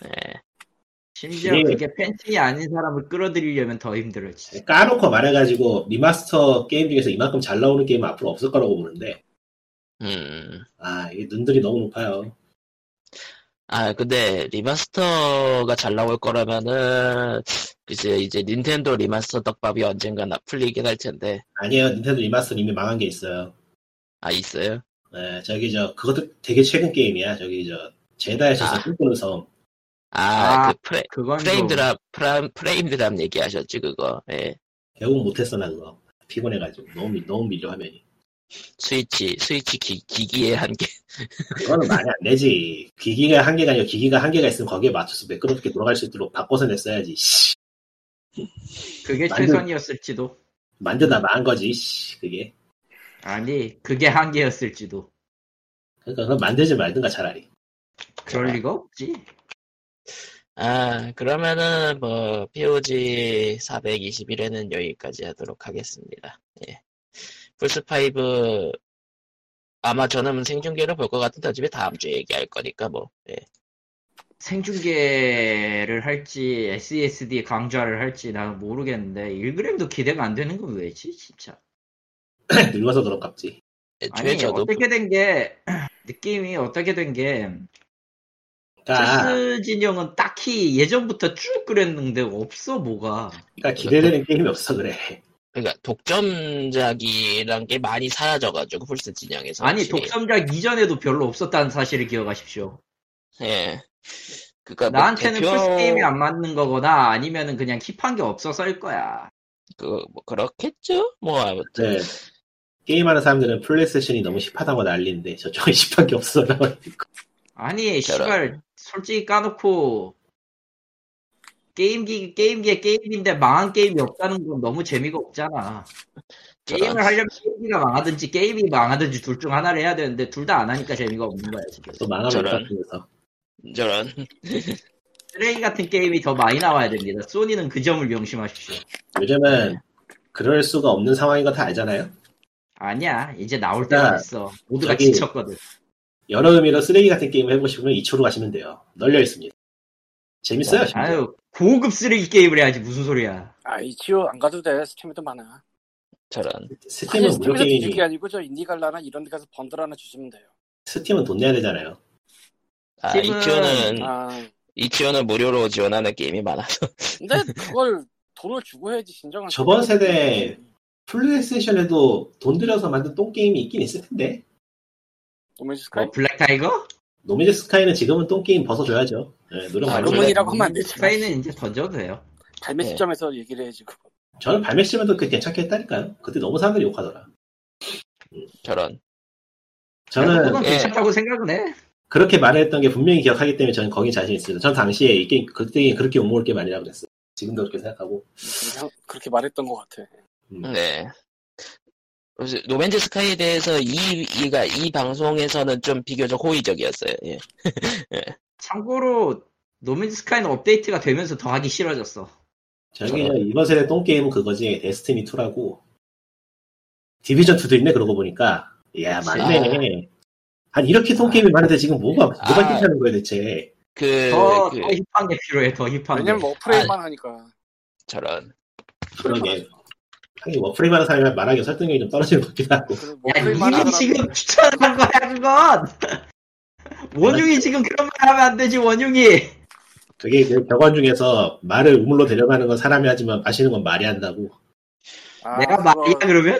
예.
심지어
예.
그게 팬층이 아닌 사람을 끌어들이려면 더 힘들어지
까놓고 말해가지고 리마스터 게임 중에서 이만큼 잘 나오는 게임은 앞으로 없을 거라고 보는데
음.
아 이게 눈들이 너무 높아요.
아, 근데 리마스터가 잘 나올 거라면은 글쎄 이제 닌텐도 리마스터 떡밥이 언젠가 나 풀리긴 할 텐데
아니에요, 닌텐도 리마스터 이미 망한 게 있어요.
아 있어요?
네, 저기 저 그것도 되게 최근 게임이야. 저기 저 제다에서
아.
꿈꾸는 섬.
아,
아,
그 프레,
그건
프레임
좀
드랍 프라, 프레임 드랍 얘기하셨지 그거. 예.
결국 못했어 나 그거. 피곤해가지고 너무 밀- 너무 밀려 화면이.
스위치 스위치 기, 기기의 한계.
그거는 말이 안 되지. 기기가 한계가 아니고 기기가 한계가 있으면 거기에 맞춰서 매끄럽게 돌아갈 수 있도록 바꿔서 냈어야지. 씨.
그게
만들-
최선이었을지도
만드다 망한 거지. 씨, 그게.
아니 그게 한계였을지도
그러니까 그건 만들지 말든가 차라리. [LAUGHS]
그럴
그래.
리가 없지
아, 그러면은 뭐 POG 421회는 여기까지 하도록 하겠습니다. 예. 플스 5 아마 저는 생중계로 볼 것 같은데 어차피 다음 주에 얘기할 거니까 뭐. 예.
생중계를 할지 SESD 강좌를 할지 나는 모르겠는데 1그램도 기대가 안 되는 건 왜지 진짜
늙어서 그런갑지.
애초에
아니
저도 그
어떻게 된 게 [CLEARS THROAT] 느낌이 어떻게 된 게
아.
그러니까,
체스 진영은 딱히 예전부터 쭉 그랬는데 없어 뭐가
그러니까 기대되는 게임이 없어 그래.
그러니까 독점작이란 게 많이 사라져가지고 플스 진영에서
아니
확실히.
독점작 이전에도 별로 없었다는 사실을 기억하십시오
예. 그러니까 뭐
나한테는
대표
플스 게임이 안 맞는 거거나 아니면은 그냥 힙한 게 없어서일 거야
그, 뭐 그렇겠죠? 뭐 아무튼
네. 게임하는 사람들은 플레이스테이션이 너무 힙하다고 난리인데 저쪽은 [LAUGHS] 힙한 게 없어 나와 있고.
아니
저런.
씨발 솔직히 까놓고 게임기 게임기에 게임인데 망한 게임이 없다는 건 너무 재미가 없잖아.
저런.
게임을 하려면 게임기가 망하든지 게임이 망하든지 둘 중 하나를 해야 되는데 둘 다 안 하니까 재미가 없는 거야 지금.
또 만화
저런.
만화에서
저런.
쓰레기 같은 게임이 더 많이 나와야 됩니다. 소니는 그 점을 명심하십시오.
네.
요즘은 그럴 수가 없는 상황인 거 다 알잖아요.
아니야 이제 나올 때가
자,
됐어. 모두가
저기-
지쳤거든.
여러 의미로 쓰레기 같은 게임을 해보고 싶으면 2초로 가시면 돼요. 널려 있습니다. 재밌어요.
네.
진짜.
아유 고급 쓰레기 게임을 해야지 무슨 소리야. 어,
아, 이치오 안 가도 돼. 스팀에도 많아.
저런.
아니,
스팀은 무료
스팀에서 주는
게임이
게 아니고 저 인디갈라나 이런 데 가서 번들 하나 주시면 돼요.
스팀은 돈 내야 되잖아요.
아,
지금은-
이치오는,
음.
아,
이치오는 무료로 지원하는 게임이 많아서.
근데 그걸 돈을 주고 해야지 진정한.
저번 세대 플레이스테이션에도 돈 들여서 만든 똥 게임이 있긴 있을 텐데
노맨즈 스카이.
뭐 블랙 타이거?
노미즈 스카이는 지금은 똥 게임 벗어줘야죠. 네, 노력
아,
많이
그러면-
해요.
로맨이라고 하면 안 되지.
음, 스카이는 예. 이제 던져도 돼요.
발매
네.
시점에서 얘기를 해 지금.
저는 발매 시점에도 그 괜찮게 했다니까요. 그때 너무 사람들이 욕하더라.
아, 저런.
저는
그건
예.
괜찮다고 생각은 해.
그렇게 말했던 게 분명히 기억하기 때문에 저는 거기 자신 있습니다. 전 당시에 이 게임 그때 그렇게 욕먹을 게임 아니라 그랬어요. 지금도 그렇게 생각하고 음.
그냥 그렇게 말했던 것 같아.
네. 그래서 노맨즈 스카이에 대해서 이, 이가, 이 방송에서는 좀 비교적 호의적이었어요. 예.
참고로 노맨즈 스카이는 업데이트가 되면서 더 하기 싫어졌어.
저기 저 이번 세대 똥 게임은 그거지 데스티니 2라고 디비전 2도 있네 그러고 보니까 야 맞네. 아니 이렇게 똥 게임이 많은데 지금 뭐가 뭐가
아.
괜찮은 거야 대체? 네,
그,
더,
그,
더 힙한 게 필요해. 더 힙한 게.
왜냐면 뭐 워프레임만
아.
하니까.
저런.
그러게. 하긴 뭐, 워프레임 하는 사람이랑 말하기 설득력이 좀 떨어지는 것 같기도 하고
그리고
야,
워프레임만
니는
하더라도
지금 추천한 거야, 그건!
[LAUGHS]
원흉이 지금 그런 말 하면 안 되지, 원흉이!
그게 그 벽원 중에서 말을 우물로 데려가는 건 사람이 하지만 마시는 건 말이 한다고
아,
내가
그거
말이야, 그러면?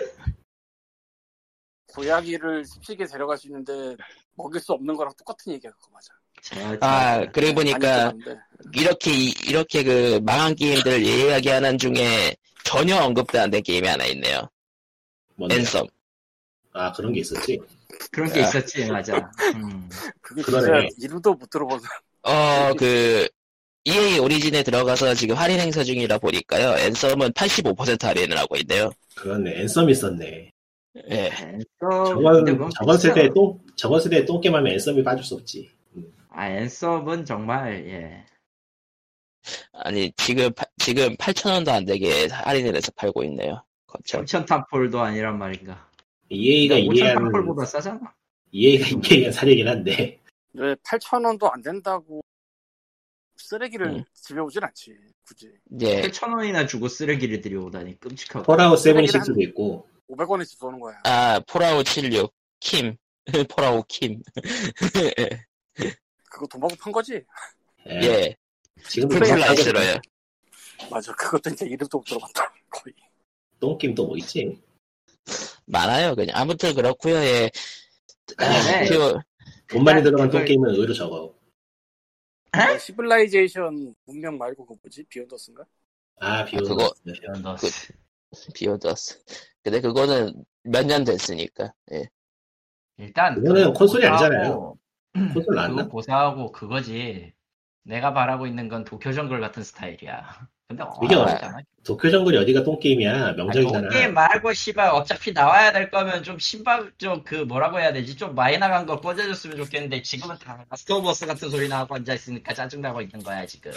고양이를 습식에 데려갈 수 있는데 먹일 수 없는 거랑 똑같은 얘기야 그거 맞아.
자, 자.
아, 그래 보니까,
아니, 그건 안 돼.
이렇게, 이- 이렇게 그, 망한 게임들을 예리하게 하는 중에 전혀 언급도 안 된 게임이 하나 있네요.
뭔데?
앤섬.
아 그런 게 있었지.
그런 게
야.
있었지, 맞아. 음.
그게
그러네.
진짜 이름도 못 들어본
어, 그, EA 오리진에 들어가서 지금 할인 행사 중이라 보니까요. 앤섬은 85% 할인을 하고 있네요.
그렇네. 앤썸이 있었네.
예.
저건,
근데 그건
저건
진짜-
세대에 똥, 저건 세대에 똥게임하면 앤썸이 빠질 수 없지.
아, 앤섭은 정말, 예.
아니, 지금, 파- 지금 8,000원도 안 되게 할인을 해서 팔고 있네요. 거참.
5천 탐폴도 아니란 말인가. 그러니까
EA가
5천
E 이해한,
탐폴보다 싸잖아.
EA가 이해한 [LAUGHS] 사례긴 한데,
왜 8천 원도 안 된다고 쓰레기를
음.
집에 오진 않지 굳이
네.
예.
8천 원이나 주고 쓰레기를 들여오다니, 끔찍하고.
폴아웃 76도 있고,
500원에 집 오는 거야.
아, 폴아웃 76. 킴. [LAUGHS] 폴아웃 킴. [LAUGHS]
그거 돈 받고 판 거지?
예.
네.
예.
지금도
풀플 라이스로요.
맞아 그것도 이제 이름도 못 들어봤다 거의.
똥게임 또 뭐 있지?
많아요, 그냥. 아무튼 그렇고요 예. 아, [LAUGHS]
네.
그,
돈 많이
일단
들어간
그걸-
똥게임은 의외로 적어.
그 시블라이제이션 문명 말고 그거 뭐지 비욘더스인가?
아, 비오는
그거-
네.
그-
비오더스. 근데 그거는 몇 년 됐으니까. 예.
일단.
이거는 콘솔이
고사하고-
아니잖아요. 콘솔
그거
나왔나?
고사하고 그거지. 내가 바라고 있는 건 도쿄 정글 같은 스타일이야. 근데
이게
어렵잖아.
도쿄 정글이 어디가 똥게임이야? 명작이잖아.
도깨 말고 씨발 어차피 나와야 될 거면 좀 신발 좀 그 뭐라고 해야 되지 좀 많이 나간 거 꽂아줬으면 좋겠는데 지금은 다 스토버스 같은 소리 나고 앉아 있으니까 짜증 나고 있는 거야 지금.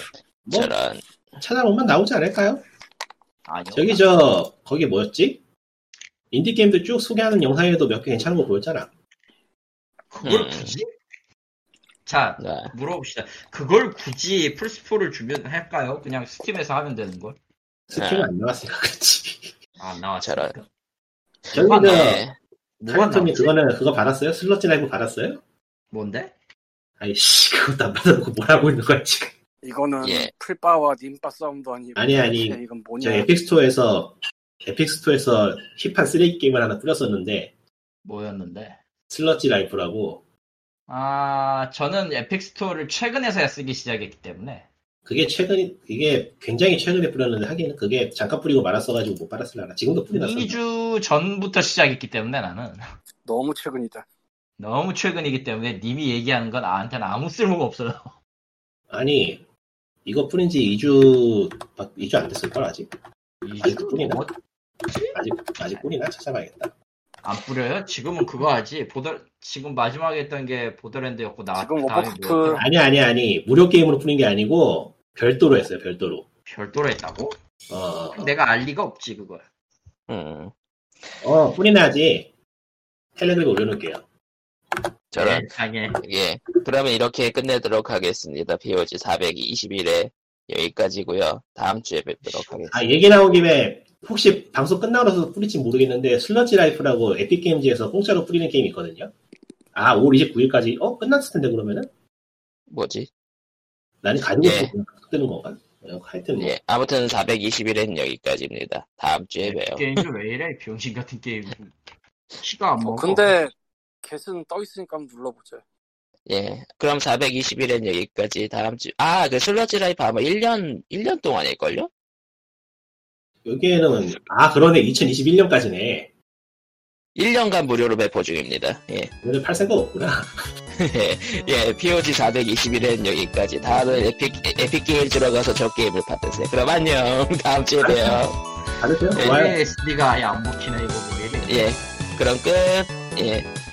뭐,
저런.
찾아보면 나오지 않을까요?
아니.
저기 저, 거기 뭐였지? 인디게임도 쭉 소개하는 영상에도 몇 개 괜찮은 거 보였잖아.
그걸
음.
굳이? 자
아,
물어봅시다. 그걸 굳이 플스4를 주면 할까요? 그냥 스팀에서 하면 되는 걸?
스팀은
아.
안 나왔으니까 그렇지.
안 나왔잖아.
저기
아,
저,
네.
뭐가
칼리토님
나왔지?
그거는 그거 받았어요? 슬러지 라이브 받았어요?
뭔데?
아니 [LAUGHS] 씨 그것도 안 받아놓고 뭘 하고 있는 거야 지금
이거는
예.
풀바와 님바 싸움도 아니고
아니, 아니.
야, 이건 뭐냐
저
네.
에픽스토어에서 에픽스토어에서 힙한 쓰레기 게임을 하나 뿌렸었는데
뭐였는데?
슬러지 라이프라고
아, 저는 에픽 스토어를 최근에서야 쓰기 시작했기 때문에.
그게 최근 이게 굉장히 최근에 뿌렸는데 하긴 그게 잠깐 뿌리고 말았어가지고 못 빨았을라나 지금도 뿌리놨어
2주 전부터 시작했기 때문에 나는.
너무 최근이다.
너무 최근이기 때문에 님이 얘기하는 건 나한테는 아무 쓸모가 없어요.
아니 이거 뿐인 지 2주, 2주 안 됐을걸, 아직? 아직
이거
뿐이나?
뭐,
아직, 아직 뿐이나? 찾아봐야겠다.
안 뿌려요? 지금은 그거 하지. 보더 지금 마지막에 했던 게 보더랜드였고 나
지금
다음에
워크래프트.
뭐였더라?
아니, 아니, 아니. 무료 게임으로 뿐인 게 아니고, 별도로 했어요, 별도로.
별도로 했다고?
어, 어, 어.
내가 알 리가 없지 그걸.
음,
어, 뿐이나 아직. 텔레그램에 올려놓을게요.
저런.
세상에.
예. 그러면 이렇게 끝내도록 하겠습니다. POG 421회 여기까지고요 다음 주에 뵙도록 하겠습니다.
아, 얘기 나온 김에, 혹시 방송 끝나고 나서 뿌릴지 모르겠는데, 슬러지 라이프라고 에픽게임즈에서 공짜로 뿌리는 게임이 있거든요? 아, 5월 29일까지, 어? 끝났을 텐데, 그러면은?
뭐지?
나는 가지고
예.
있는 거 뜨는 건가? 어, 하여튼, 뭐.
예. 아무튼 421회는 여기까지입니다. 다음 주에
네.
봬요.
게임이 왜 이래? 병신 같은 게임. 키가 안
어,
먹어.
근데 겟은 떠 있으니까 한번 눌러보자.
예. 그럼 421회는 여기까지. 다음 주. 아, 그 슬러지 라이프 아마 1년, 1년 동안일걸요?
여기에는, 아, 그러네. 2021년까지네.
1년간 무료로 배포 중입니다. 예. [LAUGHS]
오늘 팔 생각 없구나. [LAUGHS]
예. POG 421회는 여기까지. 다음은 에픽, 에픽게임 들어가서 저 게임을 받으세요. 그럼 안녕. [LAUGHS] 다음 주에 봬요.
네.
다들 돼요? 좋아요.
LSD가 아예 안 먹히네 이거 왜 이래?
예. 그럼 끝. 예.